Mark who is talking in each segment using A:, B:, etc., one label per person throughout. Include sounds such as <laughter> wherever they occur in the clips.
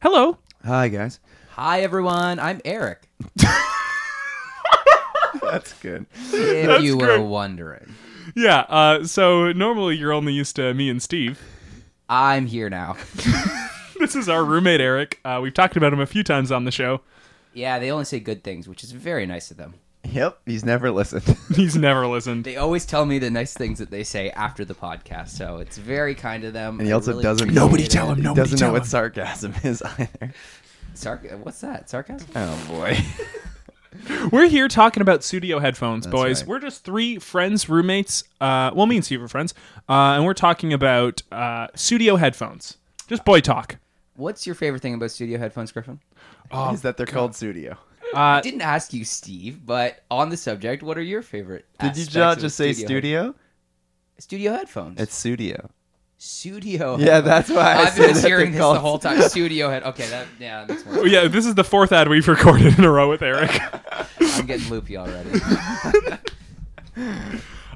A: Hello.
B: Hi, guys.
C: Hi, everyone. I'm
B: <laughs>
C: Eric.
B: That's good.
C: If you were wondering,
A: Yeah. Uh, so normally you're only used to me and Steve. <laughs>
C: I'm here now.
A: This is our roommate Eric. Uh, we've talked about him a few times on the show. <laughs>
C: Yeah, they only say good things, which is very nice of them.
B: Yep, he's never <laughs> listened.
A: He's never listened.
C: They always tell me the nice things that they say after the podcast, so it's very kind of them.
B: And he
C: I
B: also
C: really
B: doesn't.
C: appreciate
B: Nobody
A: tell him,
B: He
A: nobody
B: doesn't
A: tell
B: know what
A: him.
B: sarcasm is either.
C: it. Sarc- what's that? Sarcasm?
B: <laughs> Oh boy.
A: We're here talking about studio headphones, boys.
B: right.
A: We're just three friends, roommates. Uh, well, me and Steve are friends, uh, and we're talking about uh, studio headphones. Just boy talk.
C: What's your favorite thing about studio headphones, Griffin?
A: Oh,
B: is that they're called studio?
C: I didn't ask you, Steve, but on the subject, what are your favorite?
B: Did you
C: aspects
B: not
C: of
B: just say
C: head-
B: studio?
C: Studio headphones.
B: It's studio.
C: studio.
B: Yeah, that's why I
C: I've
B: said
C: been just
B: that
C: hearing
B: they're
C: this
B: called-
C: the whole time. Studio head. Okay, that yeah, that makes more
A: Oh,
C: sense.
A: yeah, this is the fourth ad we've <laughs> recorded in a row with Eric.
C: I'm getting loopy already.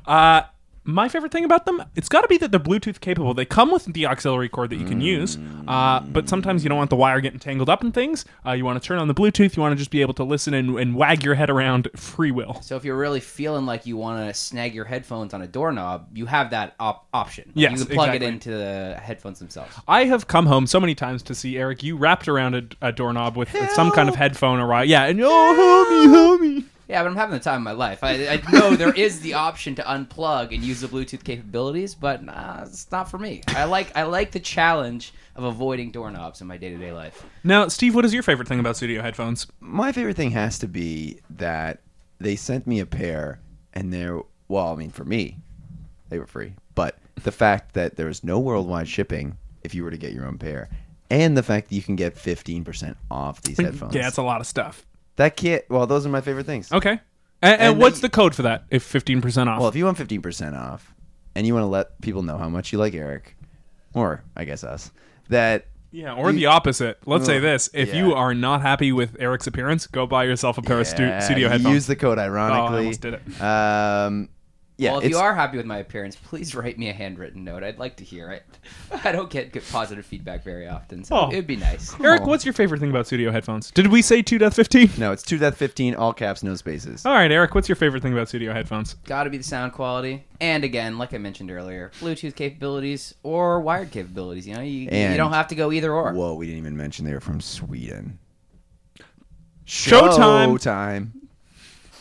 A: Uh, my favorite thing about them, it's got to be that they're Bluetooth capable. They come with the auxiliary cord that you can use, uh, but sometimes you don't want the wire getting tangled up in things. Uh, you want to turn on the Bluetooth. You want to just be able to listen and, and wag your head around free will.
C: So if you're really feeling like you want to snag your headphones on a doorknob, you have that op- option.
A: Yes,
C: you can plug
A: exactly.
C: it into the headphones themselves.
A: I have come home so many times to see Eric. You wrapped around a, a doorknob with some kind of headphone around. Yeah, and oh, homie, homie.
C: Yeah, but I'm having the time of my life. I, I know there is the option to unplug and use the Bluetooth capabilities, but nah, it's not for me. I like I like the challenge of avoiding doorknobs in my day to day life.
A: Now, Steve, what is your favorite thing about studio headphones?
B: My favorite thing has to be that they sent me a pair, and they're well, I mean, for me, they were free. But the fact that there was no worldwide shipping if you were to get your own pair, and the fact that you can get fifteen percent off these headphones.
A: Yeah, it's a lot of stuff.
B: that can't. Well, those are my favorite things.
A: Okay. And, and,
B: And
A: what's
B: the-
A: the code for that? If fifteen percent off.
B: Well, if you want fifteen percent off, and you want to let people know how much you like Eric, or I guess us, that
A: Yeah, or the opposite. Let's say this: if
B: yeah.
A: you are not happy with Eric's appearance, go buy yourself a pair of stu-
B: yeah,
A: studio
B: you
A: headphones. Oh,
B: Use the code ironically.
A: almost did it.
B: Um, yeah,
C: well, if
B: it's-
C: you are happy with my appearance, please write me a handwritten note. I'd like to hear it. <laughs> I don't get good positive feedback very often, so
A: Oh.
C: it'd be nice.
A: Eric, what's your favorite thing about studio headphones? Did we say two death fifteen?
B: no, it's two death fifteen, all caps, no spaces.
A: All right, Eric, what's your favorite thing about studio headphones?
C: Got to be the sound quality, and again, like I mentioned earlier, Bluetooth capabilities or wired capabilities. You know, you, you
B: And-
C: don't have to go either or.
B: Whoa, we didn't even mention they were from Sweden.
A: Showtime.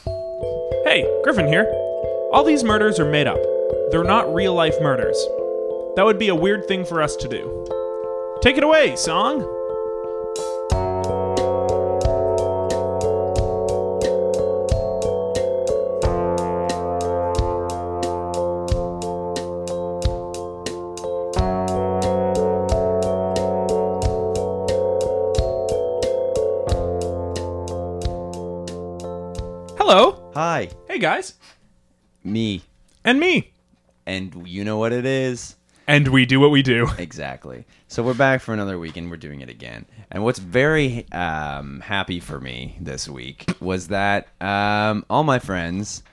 B: Showtime.
A: Hey, Griffin here. All these murders are made up. They're not real life murders. That would be a weird thing for us to do. Take it away, song. Hello.
B: Hi,
A: Hey, guys.
B: me,
A: and me.
B: and you know what it is.
A: And we do what we do.
B: Exactly. So we're back for another week, and we're doing it again. And what's very um, happy for me this week was that um, all my friends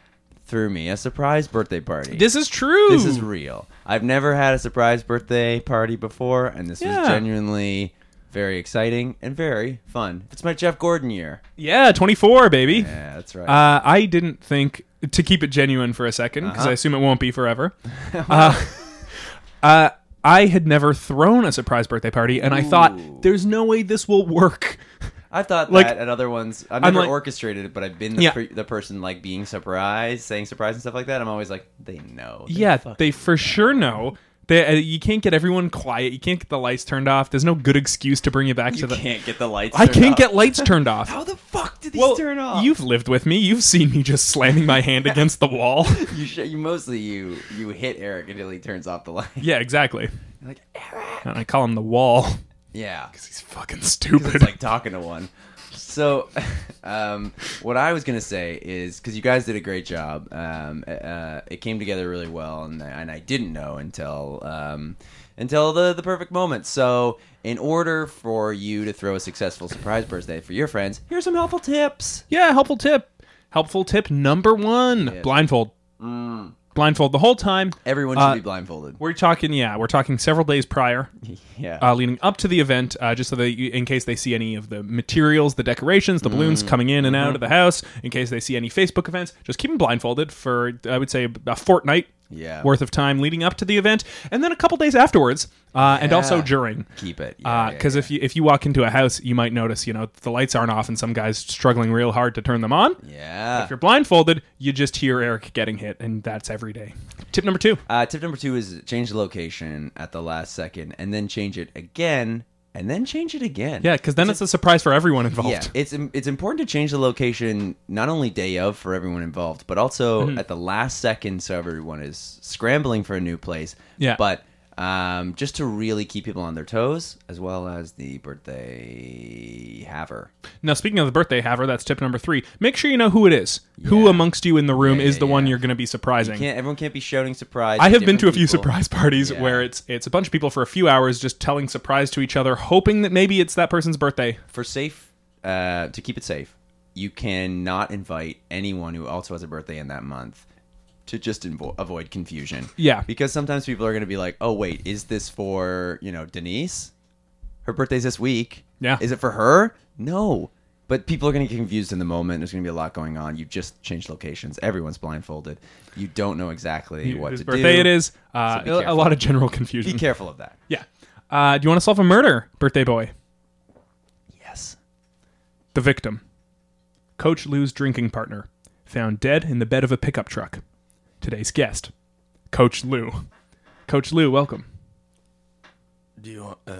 B: threw me a surprise birthday party.
A: This is true.
B: This is real. I've never had a surprise birthday party before, and this
A: Yeah.
B: was genuinely very exciting and very fun. It's my Jeff Gordon year.
A: yeah, 24, baby.
B: Yeah, that's right.
A: Uh, I didn't think to keep it genuine for a second because
B: Uh-huh.
A: I assume it won't be
B: <laughs>
A: forever. uh, uh, I had never thrown a surprise birthday party, and I thought, "There's no way this will
B: <laughs>
A: work."
B: I thought
A: like-
B: that at other ones. I've
A: I'm
B: never
A: like-
B: orchestrated it, but I've been the,
A: Yeah.
B: pre- the person like being surprised, saying surprise and stuff like that. I'm always like, they know. They
A: yeah, they for sure know. They, uh, you can't get everyone quiet. You can't get the lights turned off. There's no good excuse to bring you back to
B: You
A: the.
B: can't get the lights.
A: I
B: turned
A: can't
B: off.
A: get lights turned
B: <laughs>
A: off.
B: How the fuck did these
A: well,
B: turn off?
A: you've lived with me. You've seen me just slamming my hand against the wall. <laughs>
B: you, sh- you mostly you you hit Eric until he turns off the light.
A: yeah, exactly.
B: You're like Eric.
A: And I call him the wall. <laughs>
B: Yeah.
A: He's fucking stupid.
B: <laughs>
A: <laughs>
B: it's like talking to one. So, <laughs> um, what I was gonna say is because you guys did a great job, um, uh, it came together really well, and, and I didn't know until um, until the the perfect moment. So, in order for you to throw a successful surprise birthday for your friends, here's some helpful tips. Mm.
A: Yeah, helpful tip. Helpful tip number one: blindfold. blindfold the whole time.
B: Everyone should
A: Uh,
B: be blindfolded.
A: We're talking, yeah, we're talking several days prior,
B: Yeah.
A: uh, leading up to the event, uh, just so that you, in case they see any of the materials, the decorations, the balloons
B: Mm-hmm.
A: coming in and out of the house, in case they see any Facebook events, just keep them blindfolded for, I would say, a fortnight
B: Yeah.
A: worth of time leading up to the event, and then a couple days afterwards, uh, and also
B: Yeah.
A: during.
B: Keep it. Yeah,
A: Because
B: yeah,
A: if you if you walk into a house, you might notice you know the lights aren't off and some guy's struggling real hard to turn them on.
B: yeah.
A: If you're blindfolded, you just hear Eric getting hit, and that's every day. Tip number two.
B: Uh, tip number two is change the location at the last second, and then change it again, and then change it again.
A: Yeah, because then it's a surprise for everyone involved.
B: yeah. It's im- it's important to change the location not only day of for everyone involved, but also
A: Mm-hmm.
B: at the last second, so everyone is scrambling for a new place.
A: Yeah.
B: but. Um, just to really keep people on their toes, as well as the birthday haver.
A: Now, speaking of the birthday haver, that's tip number three. Make sure you know who it is. Who amongst you in the room is the one you're going to be surprising.
B: Can't everyone can't be shouting surprise?
A: I
B: at
A: have been to a
B: different
A: few
B: people.
A: surprise parties
B: Yeah.
A: where it's it's a bunch of people for a few hours just telling surprise to each other, hoping that maybe it's that person's birthday.
B: for safe uh, to keep it safe, you cannot invite anyone who also has a birthday in that month to just invo- avoid confusion.
A: Yeah.
B: because sometimes people are going to be like, "Oh wait, is this for you know Denise? Her birthday's this week.
A: Yeah.
B: is it for her? No." But people are going to get confused in the moment. There's going to be a lot going on. You just changed locations. Everyone's blindfolded. You don't know exactly what
A: Whose
B: to
A: birthday
B: do.
A: it is? Uh,
B: So be
A: a- a
B: careful.
A: lot of general
B: Be
A: confusion.
B: careful of that.
A: yeah. Uh, do you want to solve a murder, birthday boy?
B: Yes.
A: The victim, Coach Lou's drinking partner, found dead in the bed of a pickup truck. Today's guest, Coach Lou. Coach Lou, welcome.
D: Do you want? Uh,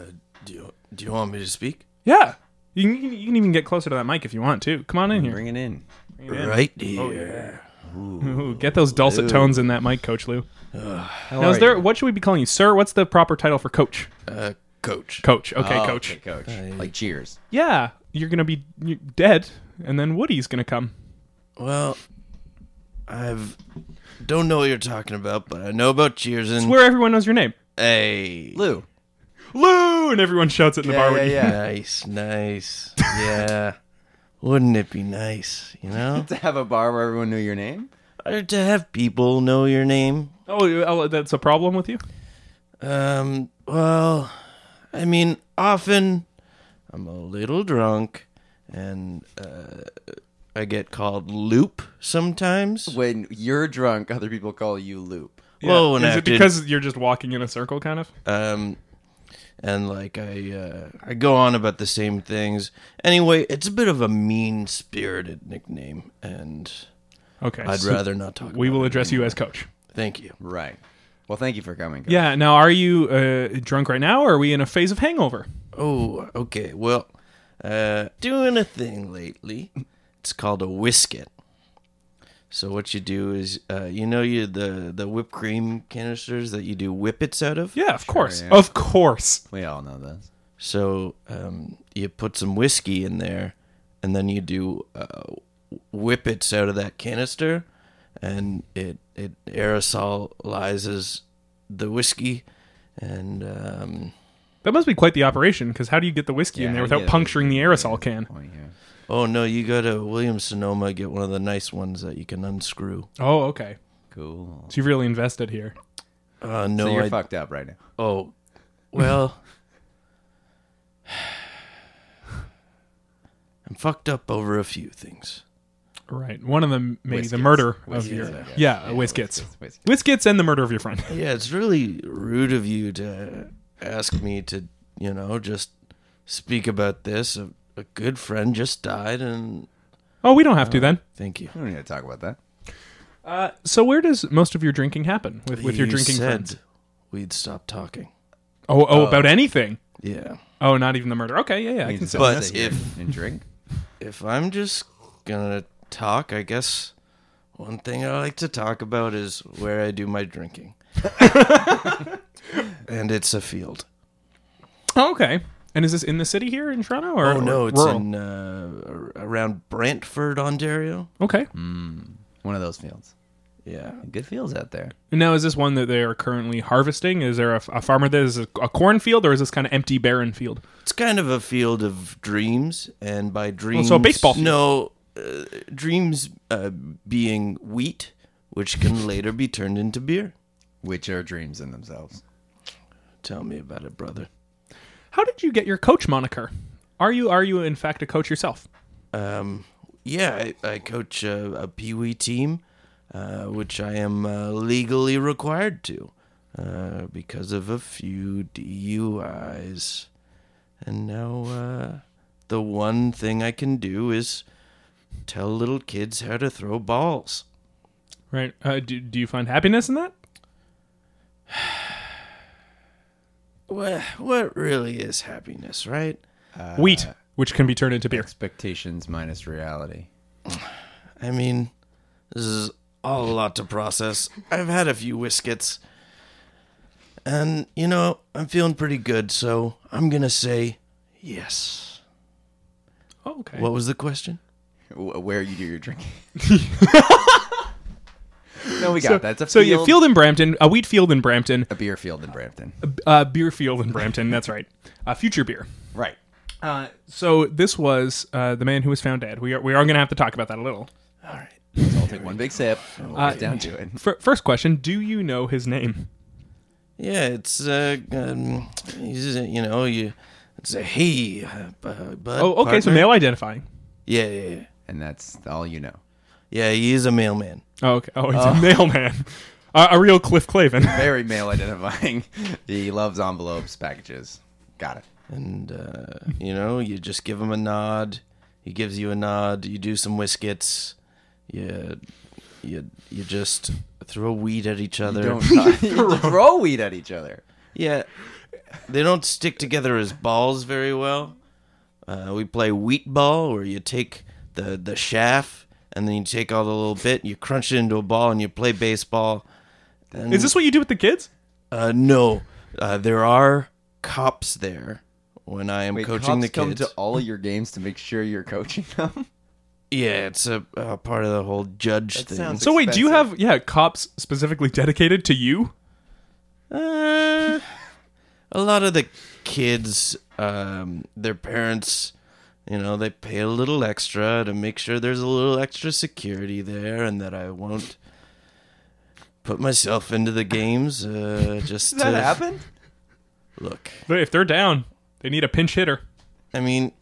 D: do you do you want me to speak?
A: Yeah. You can, you can- you can even get closer to that mic if you want to. Come on in here.
B: Bring it in.
D: Right here.
A: Ooh, get those dulcet tones in that mic, Coach Lou. now, is
B: are
A: there
B: you?
A: what should we be calling you, sir? What's the proper title for coach?
D: Uh, coach.
A: Coach. Okay,
B: Oh,
A: coach.
B: okay, coach. Like cheers.
A: Yeah, you're gonna be you're dead, and then Woody's gonna come.
D: Well, I've don't know what you're talking about, but I know about cheers and
A: Where everyone knows your name,
D: hey.
B: Lou. <laughs>
A: Lou, and everyone shouts it in the bar. when you-
D: Nice, nice. Yeah. Wouldn't it be nice, you know?
B: to have a bar where everyone knew your name?
D: or to have people know your name?
A: Oh, you- oh, that's a problem with you.
D: Um, well, I mean, often I'm a little drunk and uh, I get called loop sometimes.
B: <laughs> When you're drunk, other people call you Loop.
D: Well, when
A: is
D: I
A: it
D: did-
A: because you're just walking in a circle, kind of?
D: um, and like I uh, I go on about the same things. Anyway, it's a bit of a mean spirited nickname, and
A: Okay,
D: I'd
A: so
D: rather not talk.
A: we
D: about
A: will
D: it.
A: address you as coach.
D: Thank you.
B: Right. Well, thank you for coming. Coach.
A: Yeah. Now, are you uh, drunk right now, or are we in a phase of hangover?
D: Oh, okay. Well, uh, doing a thing lately. It's called a whisket. So what you do is, uh, you know, you the the whipped cream canisters that you do whippets out of.
A: Yeah, of course, of course.
B: We all know this.
D: So um, you put some whiskey in there, and then you do uh, whippets out of that canister, and it it aerosolizes the whiskey, and um,
A: That must be quite the operation. Because how do you get the whiskey in
B: Yeah,
A: there
B: how do you
A: without
B: get it?
A: puncturing the aerosol can?
B: Point here.
D: oh no, you go to Williams Sonoma get one of the nice ones that you can unscrew.
A: Oh, okay.
B: Cool.
A: So you've really invested here.
D: Uh,
B: So
D: no,
B: you're
D: I
B: fucked up right now.
A: <laughs>
D: oh
B: <laughs>
D: well, I'm fucked up over a few things.
A: Right. One of them, maybe the
B: Whiskets.
A: murder of
B: Whiskets,
A: your.
B: I
A: Yeah,
B: guess.
A: yeah,
B: Yeah,
A: whiskets.
B: whiskets,
A: Whiskets and the murder of your friend.
D: Yeah, it's really rude of you to ask me to, you know, just speak about this. A, a good friend just died, and
A: Oh, we don't have to then.
D: thank you.
B: We don't need to talk about that.
A: So where does most of your drinking happen with, with your
D: You
A: drinking
D: said
A: friends?
D: We'd stop talking.
A: Oh, oh, about anything.
D: Yeah.
A: Oh, not even the murder. Okay, yeah, yeah. I
B: We
A: can
B: can
A: see.
D: But
B: sit here
D: if-
B: and
A: <laughs>
B: drink,
D: If I'm just gonna talk, I guess one thing I like to talk about is where I do
A: <laughs>
D: my drinking, and it's a field.
A: Oh, okay. And is this in the city here in Toronto or
D: Oh no,
A: or
D: it's
A: rural?
D: in uh, ar- around Brantford, Ontario.
A: Okay.
B: one of those fields.
D: Yeah.
B: Good fields out there.
A: Now is this one that they are currently harvesting? Is there a, a farmer that is a, a cornfield or is this kind of empty barren field?
D: It's kind of a field of dreams, and by dreams,
A: so a baseball field.
D: No, uh, dreams uh, being wheat, which can <laughs> later be turned into beer.
B: which are dreams in themselves.
D: Tell me about it, brother.
A: How did you get your coach moniker? Are you are you in fact a coach yourself?
D: Um, yeah, I, I coach a, a peewee team, uh, which I am uh, legally required to uh, because of a few DUIs. And now uh, the one thing I can do is tell little kids how to throw balls.
A: Right. Uh, do, do you find happiness in that?
D: What, what really is happiness, right?
A: Wheat, which can be turned into beer.
B: Expectations minus reality.
D: I mean, this is all a lot to process. I've had a few whiskets. And, you know, I'm feeling pretty good, so I'm going to say yes.
A: Oh, okay.
D: What was the question?
B: Wh- Where you do
A: <laughs>
B: your drinking? <laughs> no, we got that. It's a
A: so
B: field,
A: you field in Brampton, a wheat field in Brampton,
B: a beer field in Brampton.
A: uh, beer field in Brampton. That's right. Uh, future beer.
B: Right.
A: Uh, so this was uh, the man who was found dead. We are we are going to have to talk about that a little.
D: All right.
B: So I'll take one big sip.
A: Uh,
B: and we'll get down to it.
A: Fir first question: Do you know his name?
D: Yeah, it's, uh, um, he's, uh, you know, you, it's a he, uh, bu- bud.
A: Oh, okay. So
D: partner.
A: male identifying.
D: Yeah, yeah, yeah.
B: And that's all you know.
D: Yeah, he is a mailman.
A: Oh, okay. Oh, he's a mailman. Uh, a real Cliff Clavin.
B: Very male identifying. <laughs> he loves envelopes, packages. Got it.
D: And, uh, you know, you just give him a nod. He gives you a nod. You do some whiskets. You, you, you just throw weed at each other.
B: Don't you throw weed at each other.
D: <laughs> Yeah. They don't stick together as balls very well. Uh, we play wheat ball, where you take the, the shaft and then you take all the little bit, you crunch it into a ball, and you play baseball. And,
A: Is this what you do with the kids?
D: Uh, no, uh, there are cops there when I am
B: Wait,
D: coaching the
B: cops come
D: kids.
B: to all your games to make sure you're coaching them. <laughs>
D: Yeah, it's a uh, part of the whole judge
B: That
D: thing.
B: sounds-
A: So wait, do you
B: expensive.
A: have yeah cops specifically dedicated to you?
D: Uh, a lot of the kids, um, their parents, you know, they pay a little extra to make sure there's a little extra security there, and that I won't put myself into the
B: <laughs>
D: games. Uh, just
B: Does that
D: to-
B: happen?
D: Look,
A: If they're down, they need a pinch hitter.
D: I mean,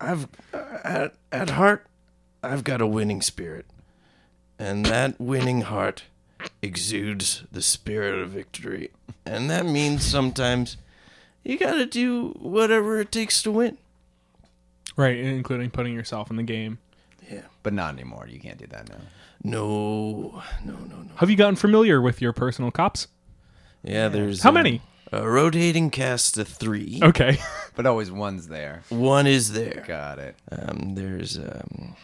D: I've at at heart, I've got a winning spirit, and that winning heart exudes the spirit of victory, and that means sometimes you gotta do whatever it takes to win.
A: Right, including putting yourself in the game.
B: But not anymore. You can't do that now.
D: No, no, no, no.
A: Have you gotten familiar with your personal cops?
D: Yeah, there's
A: How
D: a-
A: many?
D: A rotating cast of three.
A: Okay. <laughs>
B: But always one's there.
D: One is there.
B: Got it.
D: Um, there's um,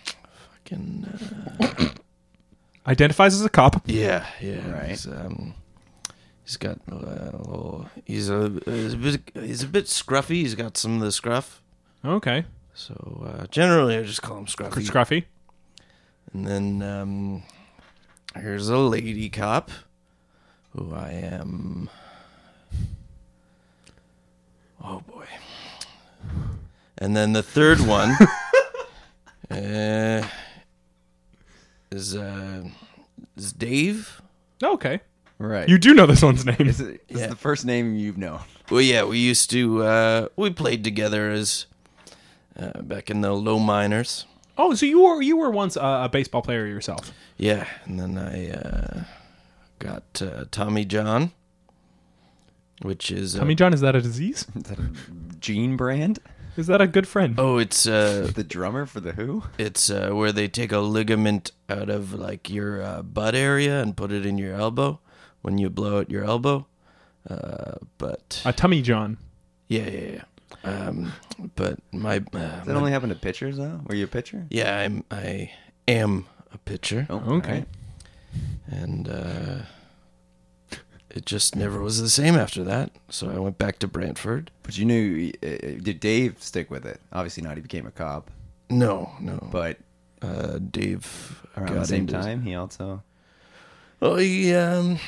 D: fucking. Uh,
A: Identifies as a cop.
D: Yeah, yeah.
B: Right.
D: He's, um, he's got uh, a little. He's a, he's a bit. He's a bit scruffy. He's got some of the scruff.
A: Okay.
D: So uh, generally, I just call him scruffy.
A: Chris Scruffy.
D: And then um, here's a lady cop, who I am. Oh boy. And then the third one uh, is uh, is Dave.
A: Okay.
B: Right.
A: You do know this one's name.
B: This is, this
D: Yeah.
B: is the first name you've known.
D: Well, yeah, we used to uh, we played together as uh, back in the low minors.
A: Oh, so you were you were once a, a baseball player yourself.
D: Yeah, and then I uh, got uh, Tommy John, which is uh,
A: Tommy John, is that a disease?
B: Is that a Gene Brand?
A: Is that a good friend?
D: Oh, it's uh,
B: The drummer for The Who?
D: it's uh, where they take a ligament out of like your uh, butt area and put it in your elbow when you blow out your elbow. Uh, but
A: A tummy John.
D: yeah, yeah, yeah. Um, but my, uh,
B: Does that only happen to pitchers, though? Were you a pitcher?
D: yeah, I'm I am a pitcher.
B: Oh,
A: Okay.
B: alright.
D: and uh, it just never was the same after that. So I went back to Brantford.
B: But you knew, uh, uh, did Dave stick with it? Obviously not. He became a cop.
D: No, no.
B: But
D: uh, Dave
B: around
D: got
B: the same
D: into-
B: time, he also.
D: Well, he um,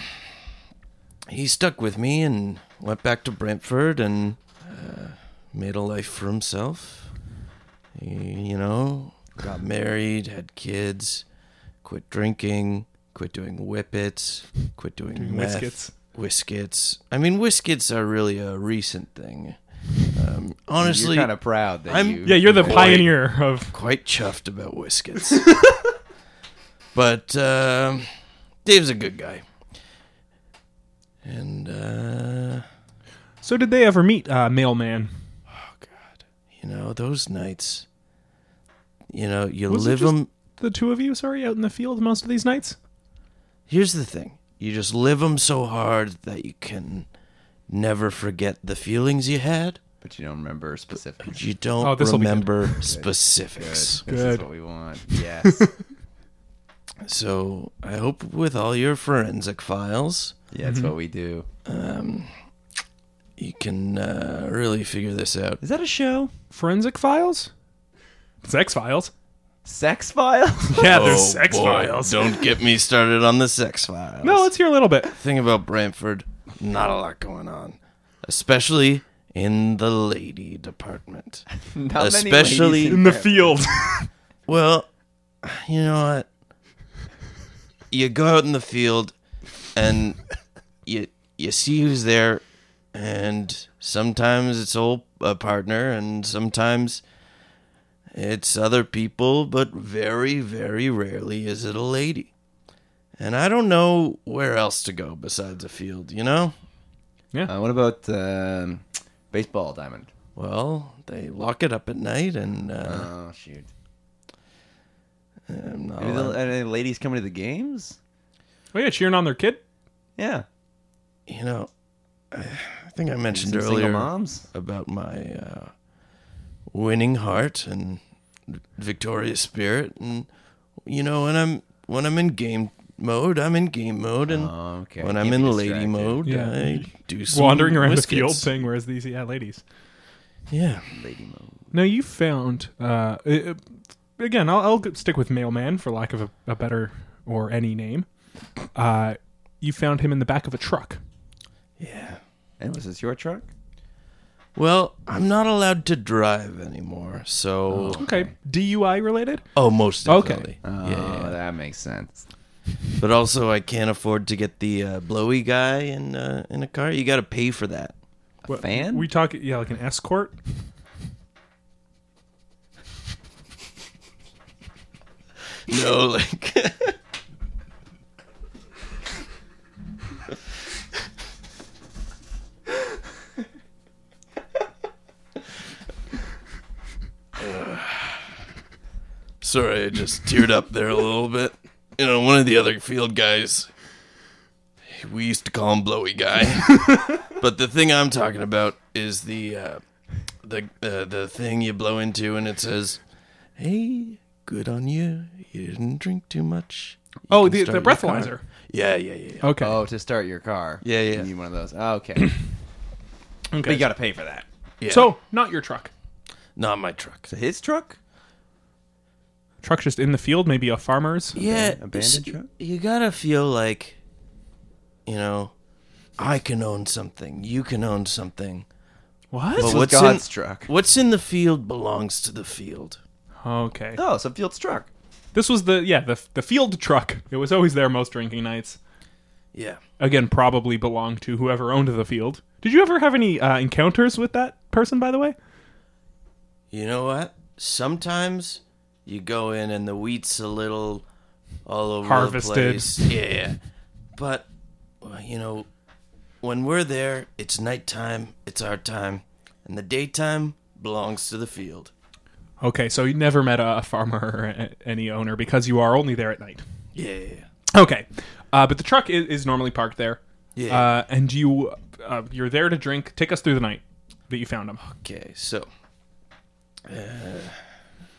D: he stuck with me and went back to Brantford and uh, made a life for himself. He, you know, got married, had kids, quit drinking, quit doing whippets, quit doing, meth,
A: whiskets.
D: whiskets. I mean, whiskets are really a recent thing. Um, honestly,
B: You're kind of proud that
D: I'm-
B: you.
A: Yeah, you're the
D: Boy.
A: pioneer of.
D: quite chuffed
A: <laughs>
D: about whiskets. but um Dave's a good guy, and uh,
A: So did they ever meet uh, Mailman?
D: you know those nights. You know, you
A: Was it
D: live
A: just-
D: 'em-
A: The two of you, sorry, out in the field most of these nights.
D: Here's the thing: you just live them so hard that you can never forget the feelings you had.
B: But you don't remember specifics.
D: You don't
A: Oh, this'll be <laughs> good.
D: remember
B: Good.
D: specifics.
B: This is
A: Good.
B: what we want.
A: <laughs>
B: Yes.
D: So I hope with all your forensic files,
B: yeah, that's what we do.
D: you can uh, really figure this out.
B: Is that a show?
A: Forensic Files, Sex Files.
B: Sex
C: <laughs>
B: Files?
A: <laughs> Yeah, there's
D: Oh,
A: Sex
D: boy,
A: Files.
D: Don't get me started on the sex files.
A: No, let's hear a little bit.
D: thing about Brantford, not a lot going on, especially in the lady department.
B: Not many
D: Especially-
B: ladies
A: In the field.
D: Well, you know what? You go out in the field and you you see who's there and sometimes it's old a partner and sometimes it's other people, but very very rarely is it a lady. And I don't know where else to go besides a field, you know?
B: Uh, what about um, baseball diamond?
D: Well, they lock it up at night and uh,
B: Oh shoot!
D: I'm not
B: Maybe
D: allowed-
B: the, are the ladies coming to the games?
A: <laughs> oh yeah, cheering on their kid.
B: Yeah.
D: you know I think I mentioned
B: Some
D: earlier
B: single moms.
D: about my uh, winning heart and victorious spirit and you know when I'm when I'm in game mode I'm in game mode and
B: Oh, okay.
D: when
B: Can't
D: I'm
B: be
D: in lady
B: distracted.
D: mode
A: Yeah.
D: I do some
A: Wandering around the field
D: whiskets.
A: saying, "Where's these yeah, ladies?"
D: yeah
B: Lady mode.
A: Now you found uh, uh, again. I'll, I'll stick with mailman for lack of a, a better or any name. Uh, you found him in the back of a truck.
D: yeah
B: And was this your truck?
D: well I'm not allowed to drive anymore so oh,
A: Okay, DUI related.
D: most
A: Okay.
D: definitely
B: Oh,
D: yeah, yeah, yeah.
B: that makes sense.
D: but also I can't afford to get the uh, blowy guy in uh, in a car you got to pay for that
A: What-
B: fan?
A: We talk yeah, like an escort.
D: no like <laughs> Sorry, I just teared up there a little bit. You know, one of the other field guys, we used to call him Blowy Guy, but the thing I'm talking about is the uh, the uh, the thing you blow into, and it says, "Hey, good on you. You didn't drink too much." You
A: Oh,
D: can
A: the, the
D: start your car."
A: breathalyzer.
D: Yeah, yeah, yeah. yeah.
A: Okay.
B: Oh, to start your car.
D: Yeah, yeah.
B: You need one of those. Oh, okay. but
A: okay.
B: you got to pay for that.
D: Yeah.
A: So not your truck.
D: not my truck.
B: His truck?
A: Truck's just in the field, maybe a farmer's.
D: Yeah,
B: abandoned
D: s-
B: truck?
D: You gotta feel like, you know, I can own something. You can own something.
A: What?
D: But
B: was
D: what's
B: God's
D: in,
B: truck.
D: What's in the field belongs to the field.
A: Okay.
B: Oh, some field's truck.
A: This was the yeah the the field truck. It was always there most drinking nights.
D: Yeah.
A: Again, probably belonged to whoever owned the field. Did you ever have any uh, encounters with that person? By the way.
D: You know what? Sometimes you go in and the wheat's a little all over
A: Harvested.
D: the place. Yeah, yeah. But well, you know, when we're there, it's nighttime. It's our time, and the daytime belongs to the field.
A: Okay, so you never met a, a farmer or a, any owner because you are only there at night.
D: Yeah, yeah, yeah.
A: Okay, uh, but the truck is, is normally parked there.
D: Yeah.
A: Uh, and you uh, you're there to drink. Take us through the night that you found him.
D: Okay, so uh,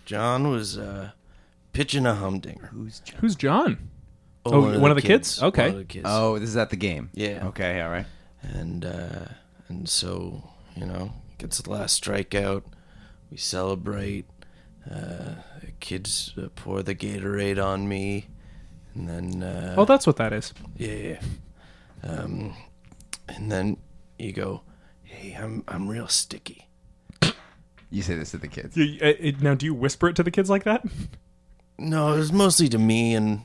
D: John was uh, pitching a humdinger.
B: Who's John?
A: Who's John? Oh, one of the kids? Okay.
D: One of the kids.
B: Oh, this is at the game.
D: Yeah.
B: Okay. All right.
D: and uh, and so you know gets the last strikeout. We celebrate. Uh, the kids uh, pour the Gatorade on me, and then uh,
A: Oh, that's what that is.
D: yeah, yeah. Um, and then you go, hey, I'm I'm real sticky.
B: You say this to the kids.
A: You, uh, it, now, do you whisper it to the kids like that?
D: No, it was mostly to me and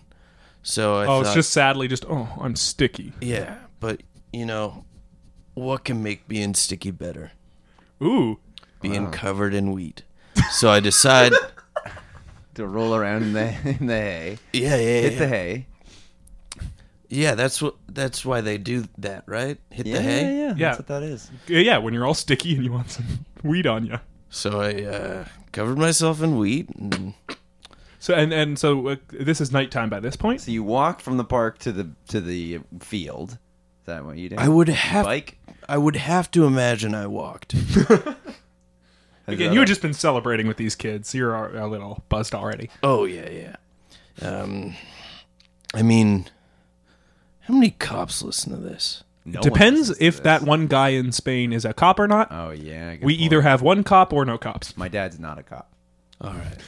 D: So I
A: Oh,
D: thought,
A: it's just sadly just oh, I'm sticky.
D: yeah, but you know, what can make being sticky better?
A: Ooh,
D: Being covered in wheat. So I decide, <laughs>
B: to roll around in the <laughs> in the hay.
D: yeah, yeah, yeah,
B: Hit the hay.
D: yeah. That's what. That's why they do that, right? Hit the hay.
A: Yeah.
B: That's what that is.
A: yeah. When you're all sticky and you want some weed on you.
D: So I uh, covered myself in wheat. And,
A: So and and so uh, this is nighttime by this point.
B: So you walk from the park to the to the field. Is that what you did?
D: I would have.
B: bike.
D: I would have to imagine I walked.
A: Again, you had just been celebrating with these kids. so You're a a little buzzed already.
D: <laughs> Oh yeah, yeah. Um, I mean, how many cops listen to this?
B: No one
A: Depends
B: listens to
A: if
B: this.
A: that one guy in Spain is a cop or not.
B: Oh yeah. good
A: we
B: point.
A: either have one cop or no cops.
B: My dad's not a cop.
D: All right.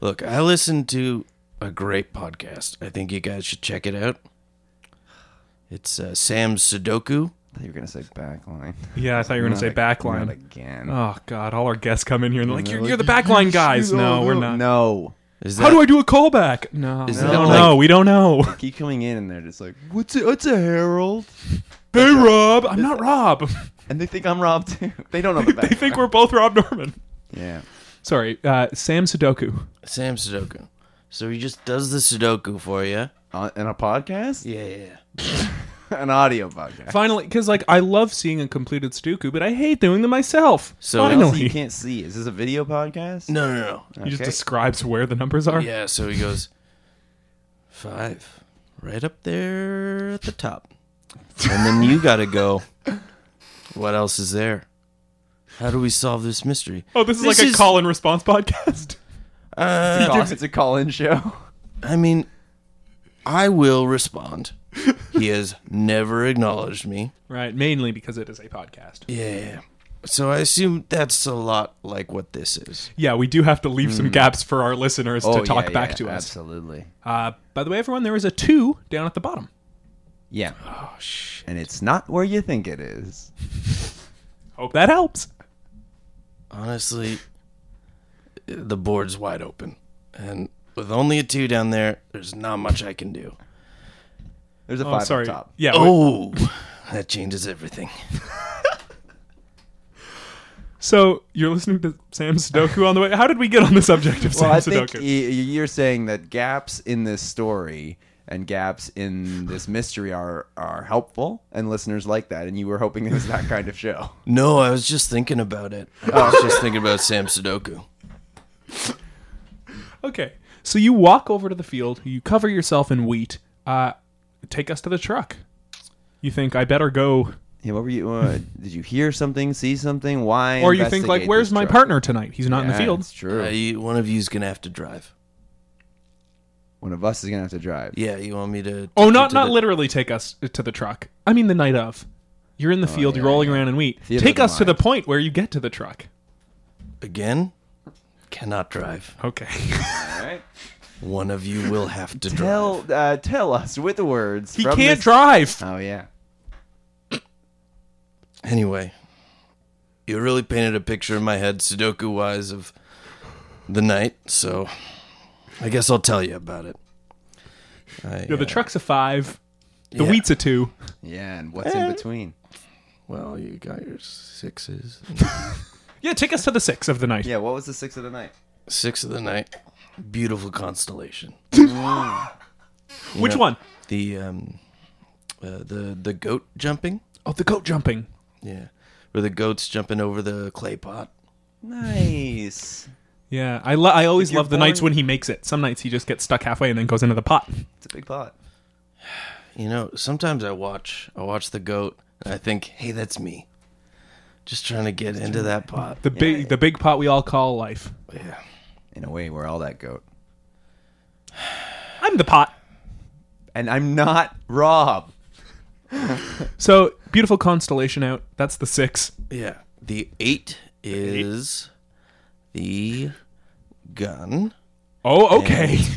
D: Look, I listened to a great podcast. I think you guys should check it out. It's uh, Sam Sudoku.
B: I thought you were gonna say
A: <laughs>
B: backline.
A: Yeah, I thought you were going to say
B: Not
A: backline.
B: again.
A: Oh God, all our guests come in here and they're like, "You're, you're the backline guys." No, we're not.
B: No.
D: Is
A: How do I do a callback? No,
D: Is
A: no,
D: that
A: no,
D: like-
A: we don't know.
B: <laughs> Keep coming in and they're just like, what's a, what's a Harold?
A: Hey, Rob. I'm not
B: <laughs>
A: Rob. <laughs>
B: And they think I'm Rob too. <laughs> They don't know the background.
A: they think we're both Rob Norman.
B: Yeah.
A: Sorry, uh, Sam Sudoku.
D: Sam Sudoku? So he just does the Sudoku for you.
B: On, Uh, in a podcast? <laughs>
D: Yeah, yeah.
B: An audio podcast.
A: Finally, because like I love seeing a completed Sudoku, but I hate doing them myself.
D: So-
B: Also,
A: finally,
B: you can't see. Is this a video podcast?
D: No, no, no.
A: he just
B: Okay.
A: describes where the numbers are.
D: Yeah, so he goes five, right up there at the top, and then you got to go. What else is there? How do we solve this mystery?
A: Oh, this is
D: This
A: like
D: is-
A: a call and response <laughs> podcast.
B: <laughs>
D: Uh,
B: Call- It's a call-in show.
D: I mean, I will respond.
A: <laughs>
D: He has never acknowledged me.
A: right, mainly because it is a podcast.
D: Yeah. So I assume that's a lot like what this is.
A: Yeah, we do have to leave
B: Mm.
A: some gaps for our listeners
B: Oh,
A: to talk back to us.
B: Absolutely.
A: Uh, by the way, everyone, there is a two down at the bottom.
B: Yeah. Oh, shit. And it's not where you think it is.
A: Hope that helps.
D: Honestly, the board's wide open. And with only a two down there, there's not much I can do.
B: There's a
A: Oh,
B: five
A: sorry.
B: on
A: <laughs>
B: top.
A: Yeah. we-
D: Oh, that changes everything.
A: So you're listening to Sam Sudoku on the way. How did we get on the subject of
B: <laughs> Well, I
A: Sam
B: think
A: Sudoku?
B: y- you're saying that gaps in this story and gaps in this mystery are are helpful, and listeners like that. And you were hoping it was that kind of show. <laughs>
D: No, I was just thinking about it. I was just thinking about Sam Sudoku.
A: Okay. So you walk over to the field, you cover yourself in wheat, uh, take us to the truck. You think, I better go.
B: Yeah, what were you? Uh, did you hear something? See something? Why?
A: Or you think, like,
B: investigate
A: where's
B: this
A: my
B: truck?"
A: partner tonight? He's not in the
B: Yeah,
A: field.
B: It's true.
D: Uh, you, one of you's going to have to drive.
B: One of us is gonna have to drive.
D: Yeah, you want me to.
A: Oh, not,
D: to
A: not
D: the-
A: literally take us to the truck. I mean, the night of. You're in the
B: Oh,
A: field, you're rolling around in wheat.
B: Theater
A: take
B: of the
A: us to the
B: mind.
A: point where you get to the truck.
D: Again? Cannot drive.
A: <laughs> Okay.
B: All right.
D: One of you will have to drive.
B: Tell uh, tell us with the words.
A: he
B: from
A: can't
B: this-
A: drive.
B: Oh yeah.
D: Anyway, you really painted a picture in my head, Sudoku wise, of the night, so I guess I'll tell you about it. I,
A: You know, the
D: uh,
A: truck's a five, the
D: yeah.
A: wheat's a two.
B: Yeah, and what's
A: Eh.
B: in between?
D: Well, you got your sixes.
A: Yeah, take us to the six of the night.
B: Yeah, what was the six of the night?
D: Six of the night. Beautiful constellation.
A: <laughs> Which one?
D: The um, uh, the the goat jumping.
A: Oh, the goat jumping.
D: Yeah, where the goat's jumping over the clay pot.
B: Nice.
A: Yeah, I, lo- I always
B: you're
A: love the nights when
B: born-
A: he makes it. Some nights he just gets stuck halfway and then goes into the pot.
B: It's a big pot.
D: You know, sometimes I watch I watch the goat and I think, hey, that's me. Just trying to get into that pot.
A: The big the big pot we all call life.
D: Yeah.
B: In a way, we're all that goat.
A: I'm the pot.
B: And I'm not Rob.
A: So beautiful constellation out. That's the six.
D: Yeah. The eight is the gun.
A: Oh, okay. <laughs>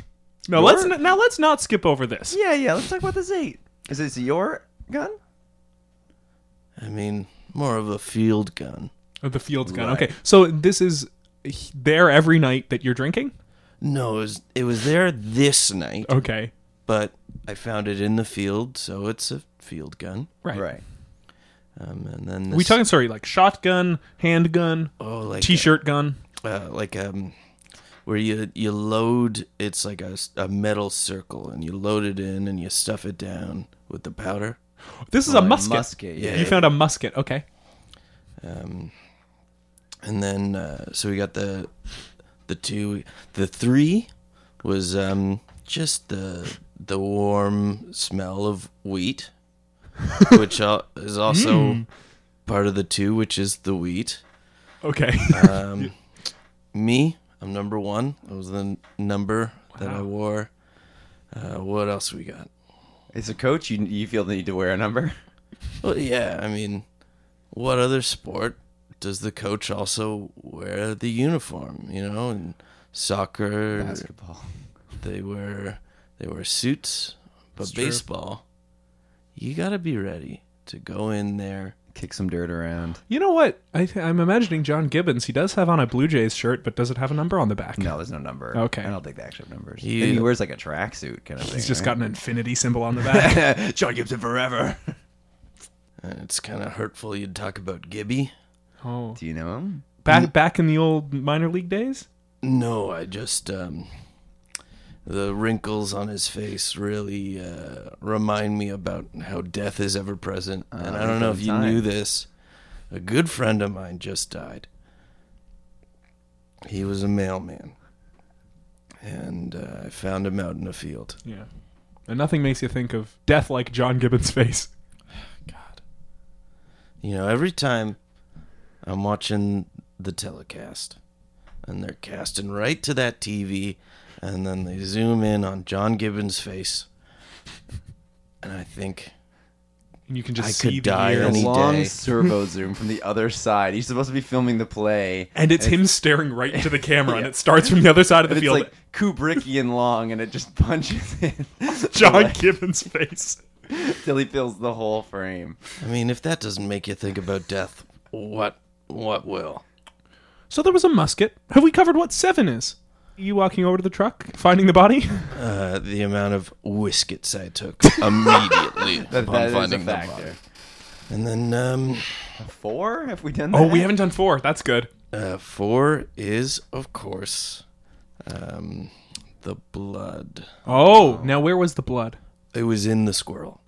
A: Now let's
B: You're-
A: n- now let's not skip over this.
B: Yeah, yeah. Let's talk about this eight. Is this your gun?
D: I mean, more of a field gun.
A: Oh, the field's gone.
B: Right.
A: Okay, so this is h- there every night that you're drinking. Oh.
D: No, it was, it was there this night,
A: Okay,
D: but I found it in the field, so it's a field gun.
A: Right.
B: Right.
D: Um, and then this,
A: We talking sorry like shotgun, handgun,
D: oh like
A: t-shirt gun.
D: uh, like um where you you load it's like a, s- a metal circle and you load it in and you stuff it down with the powder.
A: This is
B: Oh,
A: a musket.
B: musket, yeah.
A: You found a musket. Okay.
D: Um, and then uh, so we got the the two the three was um just the the warm smell of wheat, which al- is also part of the two, which is the wheat.
A: Okay.
D: Um, me, I'm number one. That was the n- number that I
A: Wow.
D: wore. Uh, what else we got?
B: As a coach, you you feel the need to wear a number.
D: Well, yeah, I mean, what other sport does the coach also wear the uniform? You know, in soccer,
B: Basketball.
D: they wear they wear suits, but
A: It's true.
D: baseball, you got to be ready to go in there.
B: Kick some dirt around.
A: you know what? I th- I'm imagining John Gibbons. He does have on a Blue Jays shirt, but does it have a number on the back?
B: No, there's no number.
A: Okay.
B: I don't think they actually have numbers.
D: You-
B: And he wears like a tracksuit kind of thing.
A: He's just
B: right?
A: got an infinity symbol on the back.
B: John Gibson forever.
D: And it's kind of hurtful you'd talk about Gibby.
A: oh.
B: Do you know him?
A: Back back in the old minor league days?
D: No, I just um the wrinkles on his face really uh, remind me about how death is ever present. and I don't know if you
B: time.
D: knew this. A good friend of mine just died. He was a mailman. And uh, I found him out in a field.
A: Yeah. And nothing makes you think of death like John Gibbons' face.
D: God. You know, every time I'm watching the telecast and they're casting right to that TV and then they zoom in on John Gibbons' face and I think
A: And you can just
D: I
A: see
D: could
A: the
D: die
A: years.
D: any-
B: Long
D: day.
B: servo zoom from the other side. He's supposed to be filming the play.
A: And it's him staring right into the camera, and it starts from the other side of
B: But
A: the
B: it's
A: field.
B: like Kubrickian long, and it just <laughs> punches in
A: John Gibbons' face.
B: till he fills the whole frame.
D: I mean if that doesn't make you think about death, what what will?
A: So there was a musket. Have we covered what seven is? You walking over to the truck, finding the body?
D: Uh, the amount of whiskets I took Um, immediately
B: That,
D: upon
B: that is
D: finding
B: a
D: the
B: factor.
D: body. And then um,
B: Four? Have we done that?
A: <laughs> Oh, we haven't done four. That's good.
D: Uh, four is, of course, um, the blood.
A: Oh, now where was the blood?
D: It was in the squirrel.